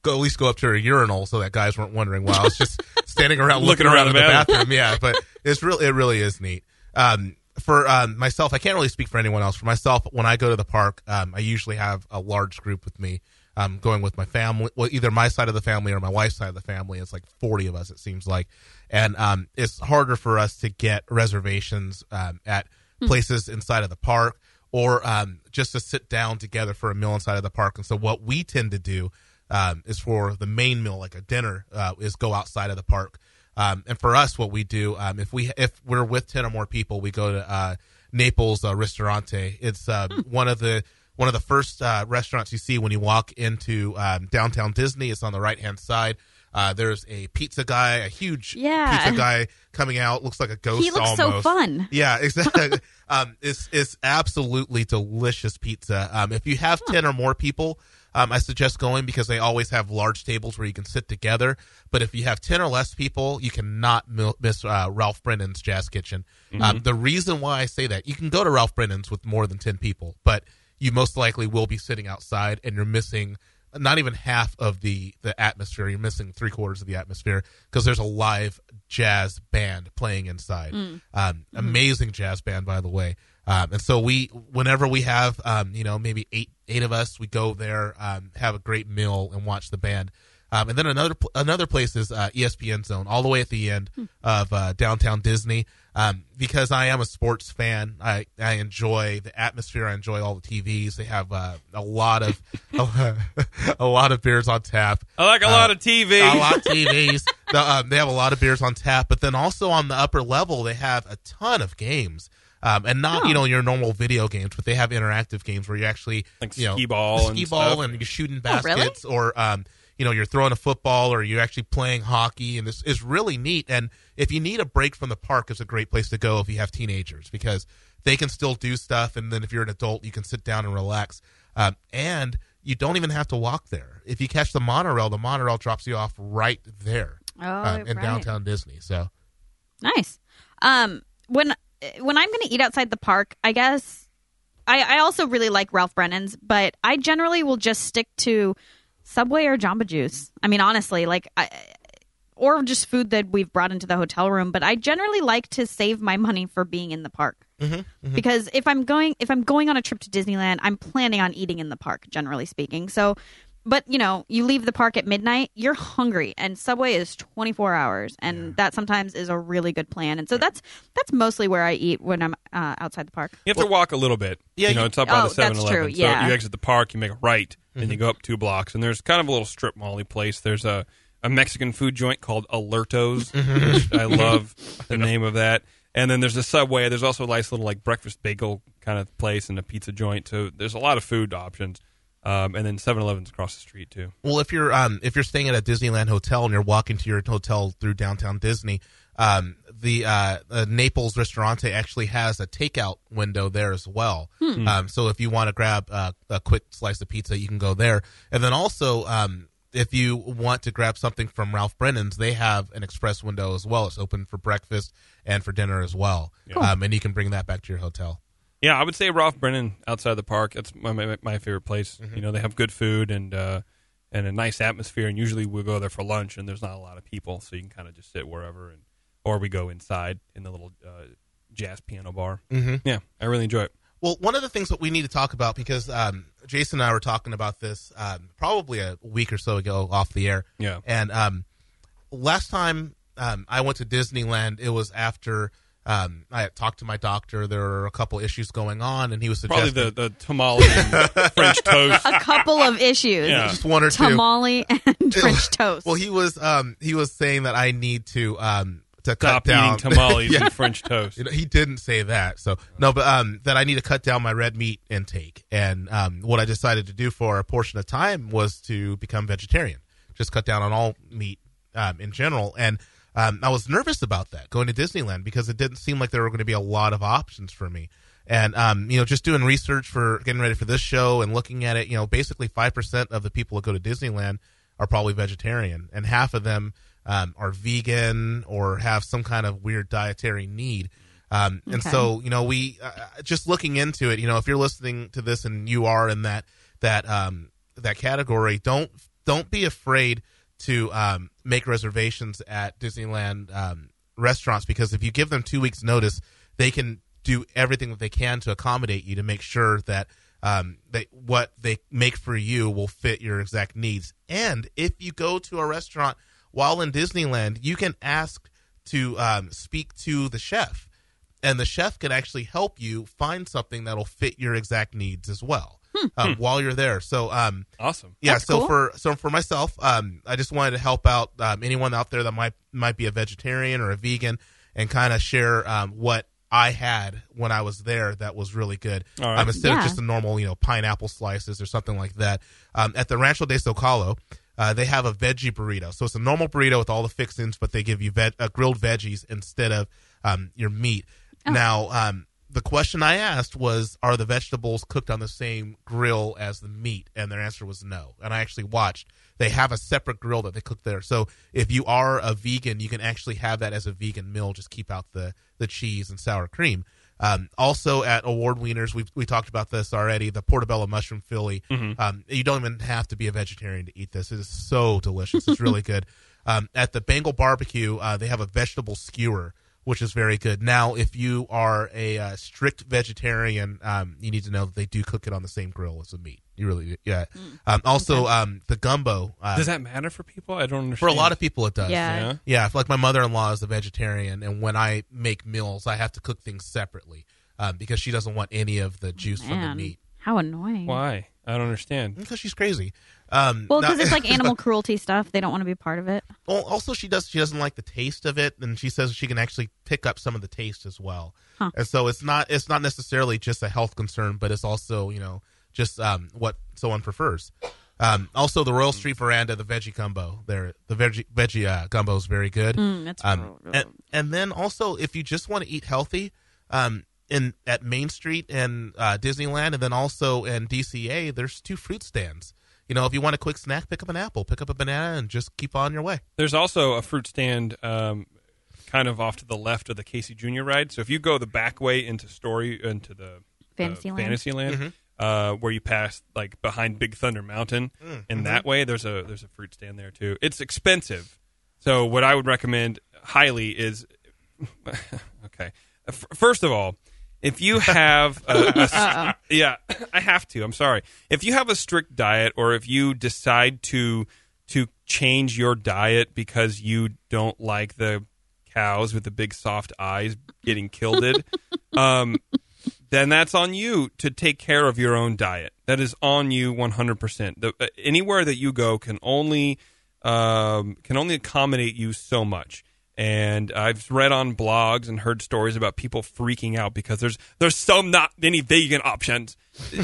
go at least go up to a urinal so that guys weren't wondering why I was just standing around looking, around, in the bathroom. Yeah, but it's real. It really is neat. Um, for um, myself, I can't really speak for anyone else. For myself, when I go to the park, um, I usually have a large group with me. um, going with my family, well, either my side of the family or my wife's side of the family. It's like 40 of us, it seems like. And um, it's harder for us to get reservations um, at places inside of the park or um, just to sit down together for a meal inside of the park. And so what we tend to do um, is for the main meal, like a dinner, uh, is go outside of the park. Um, and for us, what we do um, if we if we're with ten or more people, we go to uh, Naples uh, Ristorante. It's uh,
Hmm.
one of the one of the first uh, restaurants you see when you walk into um, downtown Disney. It's on the right hand side. Uh, there's a pizza guy, a huge
Yeah.
pizza guy coming out. Looks like a ghost.
He looks so
almost.
fun.
Yeah, exactly. um, it's it's absolutely delicious pizza. Um, if you have ten or more people, um, I suggest going because they always have large tables where you can sit together. But if you have ten or less people, you cannot mil- miss uh, Ralph Brennan's Jazz Kitchen. Um, the reason why I say that you can go to Ralph Brennan's with more than ten people, but you most likely will be sitting outside and you're missing not even half of the the atmosphere you're missing three quarters of the atmosphere because there's a live jazz band playing inside um, amazing jazz band by the way um, and so we whenever we have um, you know maybe eight eight of us we go there um, have a great meal and watch the band um, and then another pl- another place is uh, ESPN Zone, all the way at the
Hmm.
end of uh, downtown Disney. Um, because I am a sports fan, I, I enjoy the atmosphere. I enjoy all the TVs. They have uh, a lot of a, lot of beers on tap.
I like a
uh,
lot of TV.
A lot of TVs. The, um, they have a lot of beers on tap, but then also on the upper level, they have a ton of games. Um, and not you know your normal video games, but they have interactive games where you actually
Like
you know,
skee-ball and
skee ball,
stuff.
and you're shooting
Oh, really?
baskets, or um, you know you're throwing a football, or you're actually playing hockey, and this is really neat. And if you need a break from the park, it's a great place to go if you have teenagers because they can still do stuff, and then if you're an adult, you can sit down and relax. Um, and you don't even have to walk there. If you catch the monorail, the monorail drops you off right there
Uh,
Oh,
um, in
right.
downtown Disney. So
Nice. Um, when when I'm going to eat outside the park, I guess I, I also really like Ralph Brennan's, but I generally will just stick to Subway or Jamba Juice. I mean, honestly, like I. Or just food that we've brought into the hotel room, but I generally like to save my money for being in the park
Mm-hmm.
because if I'm going if I'm going on a trip to Disneyland, I'm planning on eating in the park, generally speaking. So, but you know, you leave the park at midnight, you're hungry, and Subway is 24 hours, and that sometimes is a really good plan. And so that's that's mostly where I eat when I'm uh, outside the park.
You have to walk a little bit.
Yeah,
you know,
you-
it's up by
Oh,
the
that's
7 Eleven.
true,
So
yeah.
you exit the park, you make a right, and you go up two blocks. And there's kind of a little strip mally place. There's a, a Mexican food joint called Alertos,
Mm-hmm.
which I love the name of that. And then there's a subway. There's also a nice little like breakfast bagel kind of place and a pizza joint. So there's a lot of food options. Um, and then 7 Eleven's across the street, too.
Well, if you're um, if you're staying at a Disneyland hotel and you're walking to your hotel through downtown Disney, um, the uh, uh, Naples Ristorante actually has a takeout window there as well. Um, so if you want to grab uh, a quick slice of pizza, you can go there. And then also, um, if you want to grab something from Ralph Brennan's, they have an express window as well. It's open for breakfast and for dinner as well, um, and you can bring that back to your hotel.
Yeah, I would say Ralph Brennan outside the park. That's my my, my favorite place.
Mm-hmm.
You know, they have good food and uh, and a nice atmosphere. And usually we'll go there for lunch, and there's not a lot of people, so you can kind of just sit wherever, and or we go inside in the little uh, jazz piano bar. Mm-hmm. Yeah, I really enjoy it.
Well, one of the things that we need to talk about because um, Jason and I were talking about this um, probably a week or so ago off the air.
Yeah.
And um, last time um, I went to Disneyland, it was after um, I had talked to my doctor. There were a couple issues going on, and he was
Probably
suggesting
the the tamale and French toast.
A couple of issues:
Yeah.
just one or two.
tamale and French toast.
Well, he was um, he was saying that I need to um, to cut
Stop
down
eating tamales and French toast.
You know, he didn't say that. So no, but um, that I need to cut down my red meat intake, and um, what I decided to do for a portion of time was to become vegetarian, just cut down on all meat um, in general. And um, I was nervous about that going to Disneyland because it didn't seem like there were going to be a lot of options for me. And um, you know, just doing research for getting ready for this show and looking at it, you know, basically five percent of the people that go to Disneyland are probably vegetarian, and half of them um, are vegan or have some kind of weird dietary need. Um, And so, you know, we uh, uh, just looking into it. You know, if you're listening to this and you are in that that um, that category, don't don't be afraid to um, make reservations at Disneyland um, restaurants because if you give them two weeks' notice, they can do everything that they can to accommodate you to make sure that um, that what they make for you will fit your exact needs. And if you go to a restaurant while in Disneyland, you can ask to um, speak to the chef and the chef can actually help you find something that'll fit your exact needs as well um, while you're there. So, um,
Awesome.
yeah.
Hmm. That's
so
cool.
for so for myself, um, I just wanted to help out um, anyone out there that might might be a vegetarian or a vegan, and kind of share um, what I had when I was there that was really good.
All right.
Um, instead of
Yeah.
just the normal, you know, pineapple slices or something like that. Um, at the Rancho de Socalo, uh, they have a veggie burrito. So it's a normal burrito with all the fixings, but they give you veg- uh, grilled veggies instead of um, your meat. Now, um, the question I asked was, are the vegetables cooked on the same grill as the meat? And their answer was no. And I actually watched. They have a separate grill that they cook there. So if you are a vegan, you can actually have that as a vegan meal. Just keep out the, the cheese and sour cream. Um, also at Award Wieners, we we talked about this already. The portobello mushroom Philly. Um, you don't even have to be a vegetarian to eat this. It is so delicious. It's really good. Um, at the Bengal Barbecue, uh, they have a vegetable skewer, which is very good. Now, if you are a uh, strict vegetarian, um, you need to know that they do cook it on the same grill as the meat. You really, yeah. Um, also, um, the gumbo. Uh,
Does that matter for people? I don't understand.
for a lot of people, it does.
Yeah.
Yeah.
Yeah, if, like my mother in law is a vegetarian, and when I make meals, I have to cook things separately um, because she doesn't want any of the juice from the
Man,
meat
how annoying.
Why? I don't understand.
because she's crazy. Um,
Well,
now-
because it's like animal cruelty stuff. They don't want to be part of it.
Well, also she does. She doesn't like the taste of it, and she says she can actually pick up some of the taste as well. And so it's not it's not necessarily just a health concern, but it's also you know just um, what someone prefers. Um, also, the Royal Street Veranda, the veggie gumbo there, the veggie veggie uh, gumbo is very good.
that's
um, and, and then also, if you just want to eat healthy, um, in at Main Street and uh, Disneyland, and then also in DCA, there's two fruit stands. You know, if you want a quick snack, pick up an apple, pick up a banana, and just keep on your way.
There's also a fruit stand um, kind of off to the left of the Casey Jr. ride. So if you go the back way into story into the
Fantasyland.
uh, Fantasyland, uh, where you pass like behind Big Thunder Mountain, and that way there's a there's a fruit stand there too. It's expensive, so what I would recommend highly is okay. Uh, F- First of all, if you have a, a- yeah, I have to. I'm sorry. If you have a strict diet, or if you decide to to change your diet because you don't like the cows with the big soft eyes getting killed, um, then that's on you to take care of your own diet. That is on you 100%. The, uh, anywhere that you go can only um, can only accommodate you so much. And I've read on blogs and heard stories about people freaking out because there's there's some not many vegan options.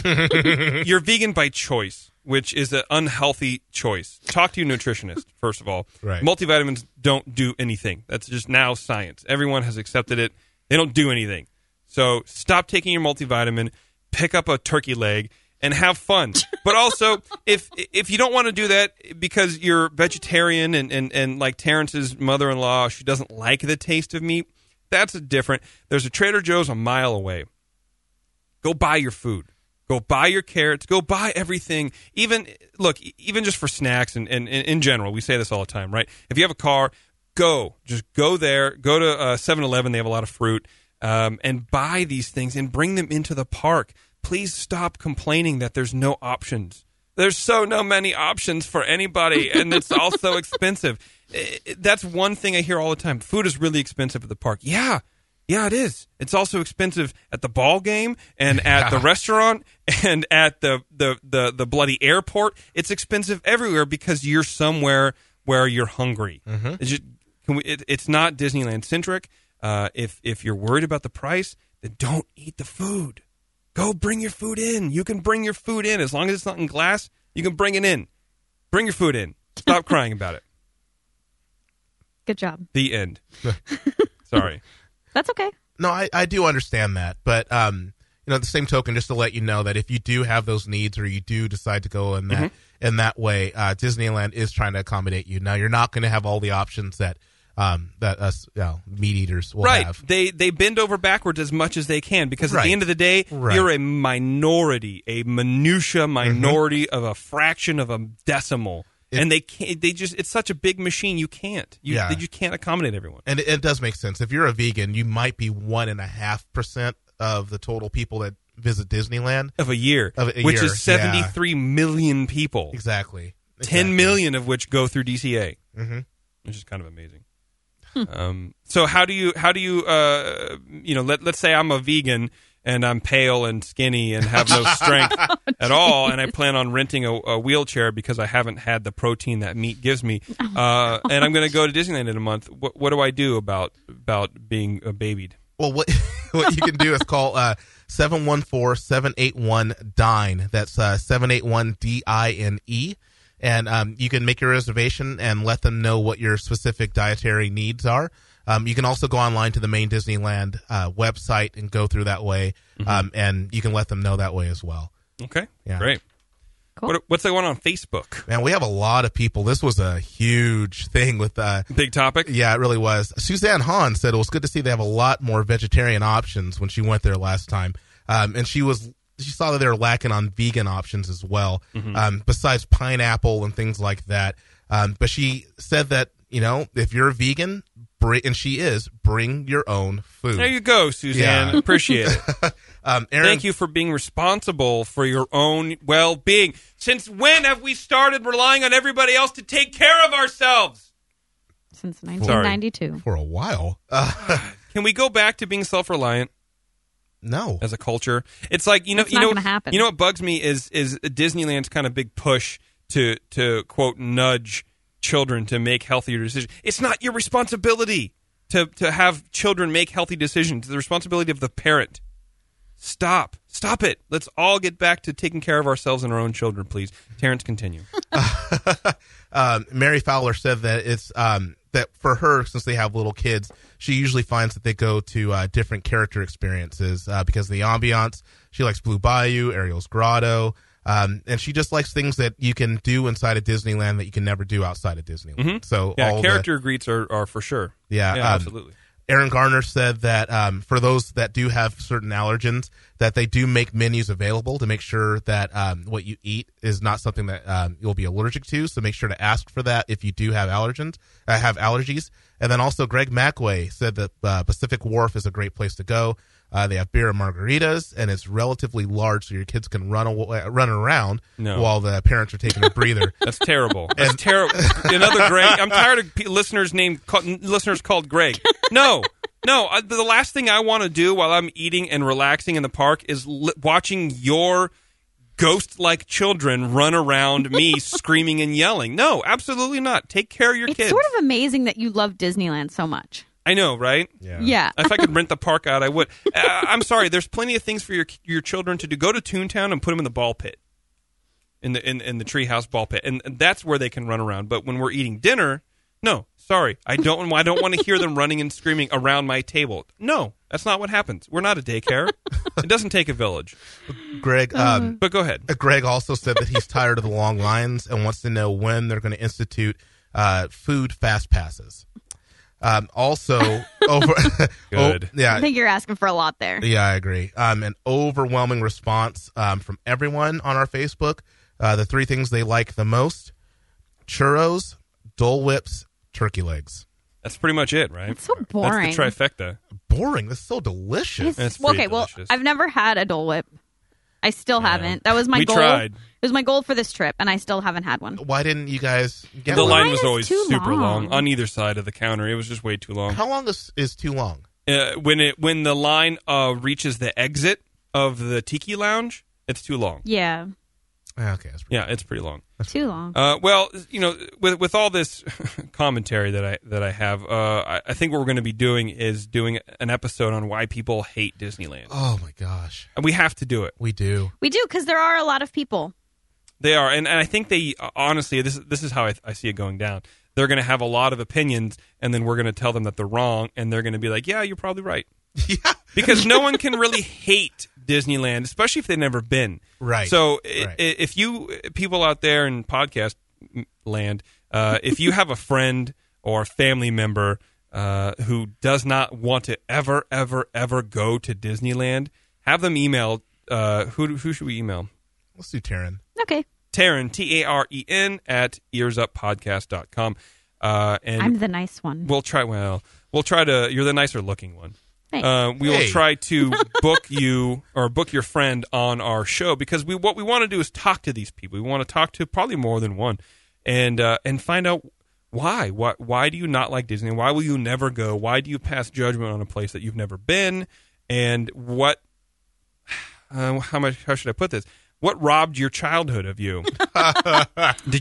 You're vegan by choice, which is an unhealthy choice. Talk to your nutritionist first of all.
Right.
Multivitamins don't do anything. That's just now science. Everyone has accepted it. They don't do anything. So stop taking your multivitamin, pick up a turkey leg, and have fun. But also, if if you don't want to do that because you're vegetarian and, and, and like Terrence's mother in law, she doesn't like the taste of meat, that's a different. There's a Trader Joe's a mile away go buy your food go buy your carrots go buy everything even look e- even just for snacks and, and, and in general we say this all the time right if you have a car go just go there go to uh, 7-eleven they have a lot of fruit um, and buy these things and bring them into the park please stop complaining that there's no options there's so no many options for anybody and it's also expensive I- I- that's one thing i hear all the time food is really expensive at the park yeah yeah, it is. It's also expensive at the ball game and at the restaurant and at the, the, the, the bloody airport. It's expensive everywhere because you're somewhere where you're hungry. It's, just, can we, it, it's not Disneyland centric. Uh, if if you're worried about the price, then don't eat the food. Go bring your food in. You can bring your food in as long as it's not in glass. You can bring it in. Bring your food in. Stop crying about it.
Good job.
The end. Sorry.
That's okay.
No, I, I do understand that, but um, you know, at the same token, just to let you know that if you do have those needs or you do decide to go in that in that way, uh, Disneyland is trying to accommodate you. Now, you're not going to have all the options that um that us you know, meat eaters will
right.
have.
They they bend over backwards as much as they can because at
Right.
the end of the day,
Right.
you're a minority, a minutia minority
Mm-hmm.
of a fraction of a decimal, and they can't. They just it's such a big machine. You can't. You,
Yeah.
you can't accommodate everyone.
And it, it does make sense. If you're a vegan, you might be one and a half percent of the total people that visit Disneyland.
Of a year,
Of a
which
year,
is seventy three million people,
Exactly.
ten
Exactly.
million of which go through DCA, mm-hmm. which is kind of amazing. Um, so how do you how do you uh, you know let let's say I'm a vegan and I'm pale and skinny and have no strength
Oh,
at all, and I plan on renting a, a wheelchair because I haven't had the protein that meat gives me,
Oh,
uh, and I'm going to go to Disneyland in a month. What, what do I do about about being uh, babied?
Well, what what you can do is call uh 714-781-DINE. That's uh 781-D-I-N-E. E. And um, you can make your reservation and let them know what your specific dietary needs are. Um, you can also go online to the main Disneyland uh, website and go through that way. Um, and you can let them know that way as well.
Okay,
Yeah.
great.
Cool.
What, what's the one on Facebook?
Man, we have a lot of people. This was a huge thing with uh,
Big topic.
Yeah, it really was. Suzanne Hahn said it was good to see they have a lot more vegetarian options when she went there last time, um, and she was she saw that they were lacking on vegan options as well,
Mm-hmm.
um, besides pineapple and things like that. Um, but she said that you know if you're a vegan, bring, and she is, bring your own food.
There you go, Suzanne.
Yeah.
Appreciate it.
um, Aaron,
Thank you for being responsible for your own well being. Since when have we started relying on everybody else to take care of ourselves?
since 1992.
for a while. Uh,
Can we go back to being self reliant
no,
as a culture? It's like you know
It's
you
not
know
gonna happen.
you know what bugs me is is Disneyland's kind of big push to to quote nudge children to make healthier decisions. It's not your responsibility to to have children make healthy decisions. It's the responsibility of the parent. Stop. Stop it. Let's all get back to taking care of ourselves and our own children, please. Terrence, continue.
um, Mary Fowler said that it's um, that for her, since they have little kids, she usually finds that they go to uh, different character experiences uh, because of the ambiance. She likes Blue Bayou, Ariel's Grotto, um, and she just likes things that you can do inside of Disneyland that you can never do outside of Disneyland. So all
Mm-hmm. Yeah,
the-
character greets are, are for sure.
Yeah, um,
absolutely.
Aaron Garner said that um, for those that do have certain allergens, that they do make menus available to make sure that um, what you eat is not something that um, you'll be allergic to. So make sure to ask for that if you do have allergens, uh, have allergies. And then also, Greg Macway said that uh, Pacific Wharf is a great place to go. Uh, they have beer and margaritas, and it's relatively large, so your kids can run away, run around
No.
while the parents are taking a breather.
That's terrible. That's terrible. Another Greg. I'm tired of pe- listeners named ca- listeners called Greg. No, no. I, the last thing I want to do while I'm eating and relaxing in the park is li- watching your ghost-like children run around me screaming and yelling. No, absolutely not. Take care of your
It's
kids.
sort of amazing that you love Disneyland so much.
I know, right?
Yeah.
Yeah.
if I could rent the park out, I would. Uh, I'm sorry. There's plenty of things for your your children to do. Go to Toontown and put them in the ball pit, in the in, in the treehouse ball pit, and, and that's where they can run around. But when we're eating dinner, no, sorry, I don't. I don't want to hear them running and screaming around my table. No, that's not what happens. We're not a daycare. it doesn't take a village.
Greg, um,
But go ahead.
Uh, Greg also said that he's tired of the long lines and wants to know when they're going to institute uh, food fast passes. Um, also, over
Good.
oh, yeah,
I think you're asking for a lot there.
yeah, I agree. Um, an overwhelming response um, from everyone on our Facebook. Uh, the three things they like the most: churros, Dole Whips, turkey legs.
That's pretty much it, right?
It's so
That's
boring.
the trifecta.
Boring. That's so delicious.
It's
Well,
pretty
okay, well,
delicious.
I've never had a Dole Whip. I still haven't. That was my
We
goal.
tried.
It was my goal for this trip, and I still haven't had one.
Why didn't you guys get
The
one?
line was
is
always
too
super long
long.
on either side of the counter. It was just way too long.
How long is is too long?
uh, when it when the line uh, reaches the exit of the tiki lounge, it's too long.
Yeah,
Ah, Okay, that's pretty-
Yeah, it's pretty long.
too long.
Uh, well, you know, with with all this commentary that I that I have, uh, I, I think what we're going to be doing is doing an episode on why people hate Disneyland,
Oh my gosh,
and we have to do it.
we do.
We do because there are a lot of people.
They are, and, and I think they honestly, this this is how I, I see it going down. They're going to have a lot of opinions, and then we're going to tell them that they're wrong, and they're going to be like, "Yeah, you're probably right."
yeah.
because no one can really hate Disneyland, especially if they've never been.
Right.
So i
Right.
i if you people out there in podcast m- land, uh, if you have a friend or family member uh, who does not want to ever, ever, ever go to Disneyland, have them email. Uh, who do- who should we email?
Let's do Taryn.
Okay,
Taryn T A R E N at earsuppodcast.com. Uh, and
I'm the nice one.
we'll try. Well, we'll try to. You're the nicer looking one.
Thanks.
Uh, we will
Hey.
try to book you or book your friend on our show because we what we want to do is talk to these people. We want to talk to probably more than one, and uh, and find out why? Why? Why do you not like Disney? Why will you never go? Why do you pass judgment on a place that you've never been? And what? Uh, how much? How should I put this? What robbed your childhood of you? did you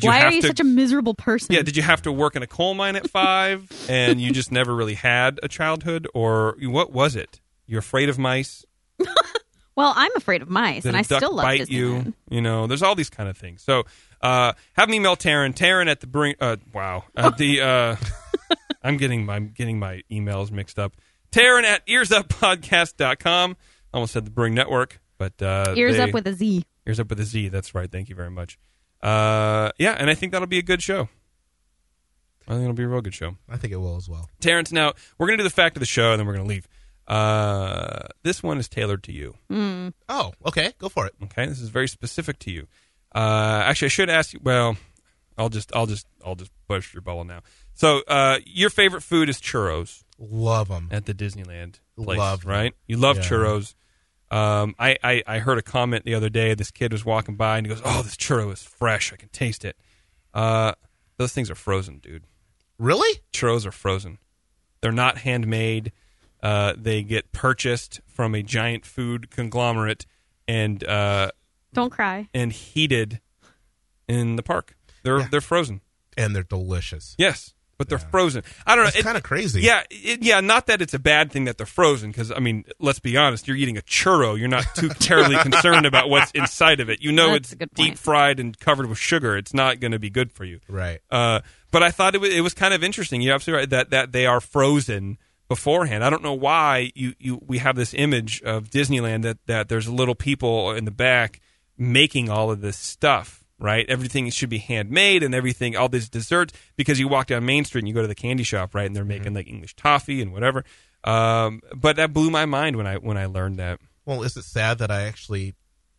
Why
have
are you
to?
such a miserable person?
yeah, did you have to work in a coal mine at five, and you just never really had a childhood, or what was it? You're afraid of mice.
well, I'm afraid of mice,
Did
and
a
I
duck
still love
bite
Disneyland.
you? You know, there's all these kind of things. So uh, have an email Taryn. Taryn at the brink. Uh, wow.
Oh.
At the uh, I'm getting my I'm getting my emails mixed up. Taryn at earsuppodcast.com. Almost said the Bring Network, but uh,
Ears
they-
up with a Z.
ears up with a Z. That's right. Thank you very much. Uh, yeah, and I think that'll be a good show. I think it'll be a real good show.
I think it will as well.
Terrence, now we're going to do the fact of the show and then we're going to leave. Uh, this one is tailored to you.
Oh, okay. Go for it.
Okay, this is very specific to you. Uh, actually, I should ask you. Well, I'll just, I'll just, I'll just push your bubble now. So, uh, your favorite food is churros
Love them.
at the Disneyland place,
Love them.
right? You love
Yeah.
churros. Um, I, I, I heard a comment the other day. This kid was walking by and he goes, "Oh, this churro is fresh. I can taste it." Uh, those things are frozen, dude
Really?
churros are frozen. They're not handmade. Uh, they get purchased from a giant food conglomerate and uh,
Don't cry.
and heated in the park. They're they're frozen.
And they're delicious.
Yes, but they're frozen. I don't know.
It's
it-
kind of crazy.
yeah, it, yeah. Not that it's a bad thing that they're frozen, because I mean, let's be honest. You're eating a churro. You're not too terribly concerned about what's inside of it. You know,
That's a
it's
good point.
deep fried and covered with sugar. It's not going to be good for you.
Right.
Uh, but I thought it was, it was kind of interesting. You're absolutely right that that they are frozen beforehand. I don't know why you, you we have this image of Disneyland that that there's little people in the back making all of this stuff. Right, everything should be handmade and everything. All these desserts because you walk down Main Street and you go to the candy shop, right, and they're making like English toffee and whatever. Um, but that blew my mind when I when I learned that.
Well, is it sad that I actually,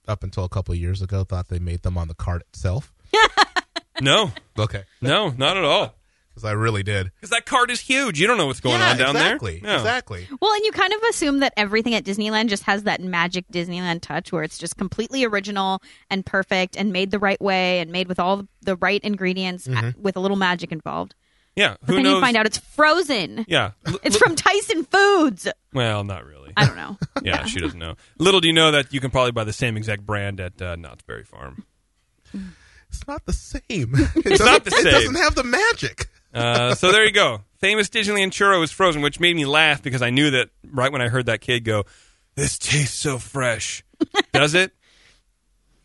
up until a couple of years ago, thought they made them on the cart itself?
No,
Okay.
no, not at all.
Because I really did.
Because that card is huge. You don't know what's going
Yeah,
on down
exactly,
there. No.
Exactly.
Well, and you kind of assume that everything at Disneyland just has that magic Disneyland touch where it's just completely original and perfect and made the right way and made with all the right ingredients uh, with a little magic involved.
Yeah.
But
Who
then
knows?
you find out it's frozen.
Yeah. L-
It's from Tyson Foods.
Well, not really.
I don't know.
Yeah, she doesn't know. Little do you know that you can probably buy the same exact brand at uh, Knott's Berry Farm.
It's not the same. It's
not the same.
It doesn't have the magic.
Uh, so there you go. Famous Disneyland churro is frozen, which made me laugh because I knew that right when I heard that kid go, "This tastes so fresh." Does it?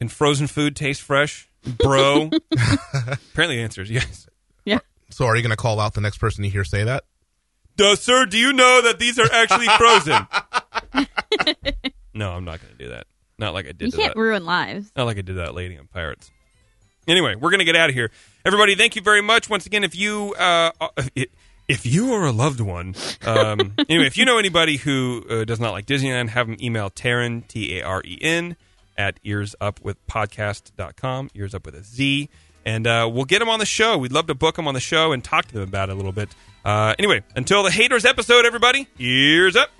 Can frozen food taste fresh, bro? Apparently, the answer is yes.
So are you going to call out the next person you hear say that?
Duh, sir, do you know that these are actually frozen? no, I'm not going to do that. Not like I did.
You
to
can't
that.
ruin lives.
Not like I did that lady on Pirates. Anyway, we're gonna get out of here, everybody. Thank you very much once again. If you uh, uh, i- if you are a loved one, um, anyway, if you know anybody who uh, does not like Disneyland, have them email Taryn T A R E N at earsupwithpodcast.com, ears up with a Z, and uh, we'll get them on the show. We'd love to book them on the show and talk to them about it a little bit. Uh, anyway, until the haters episode, everybody, ears up.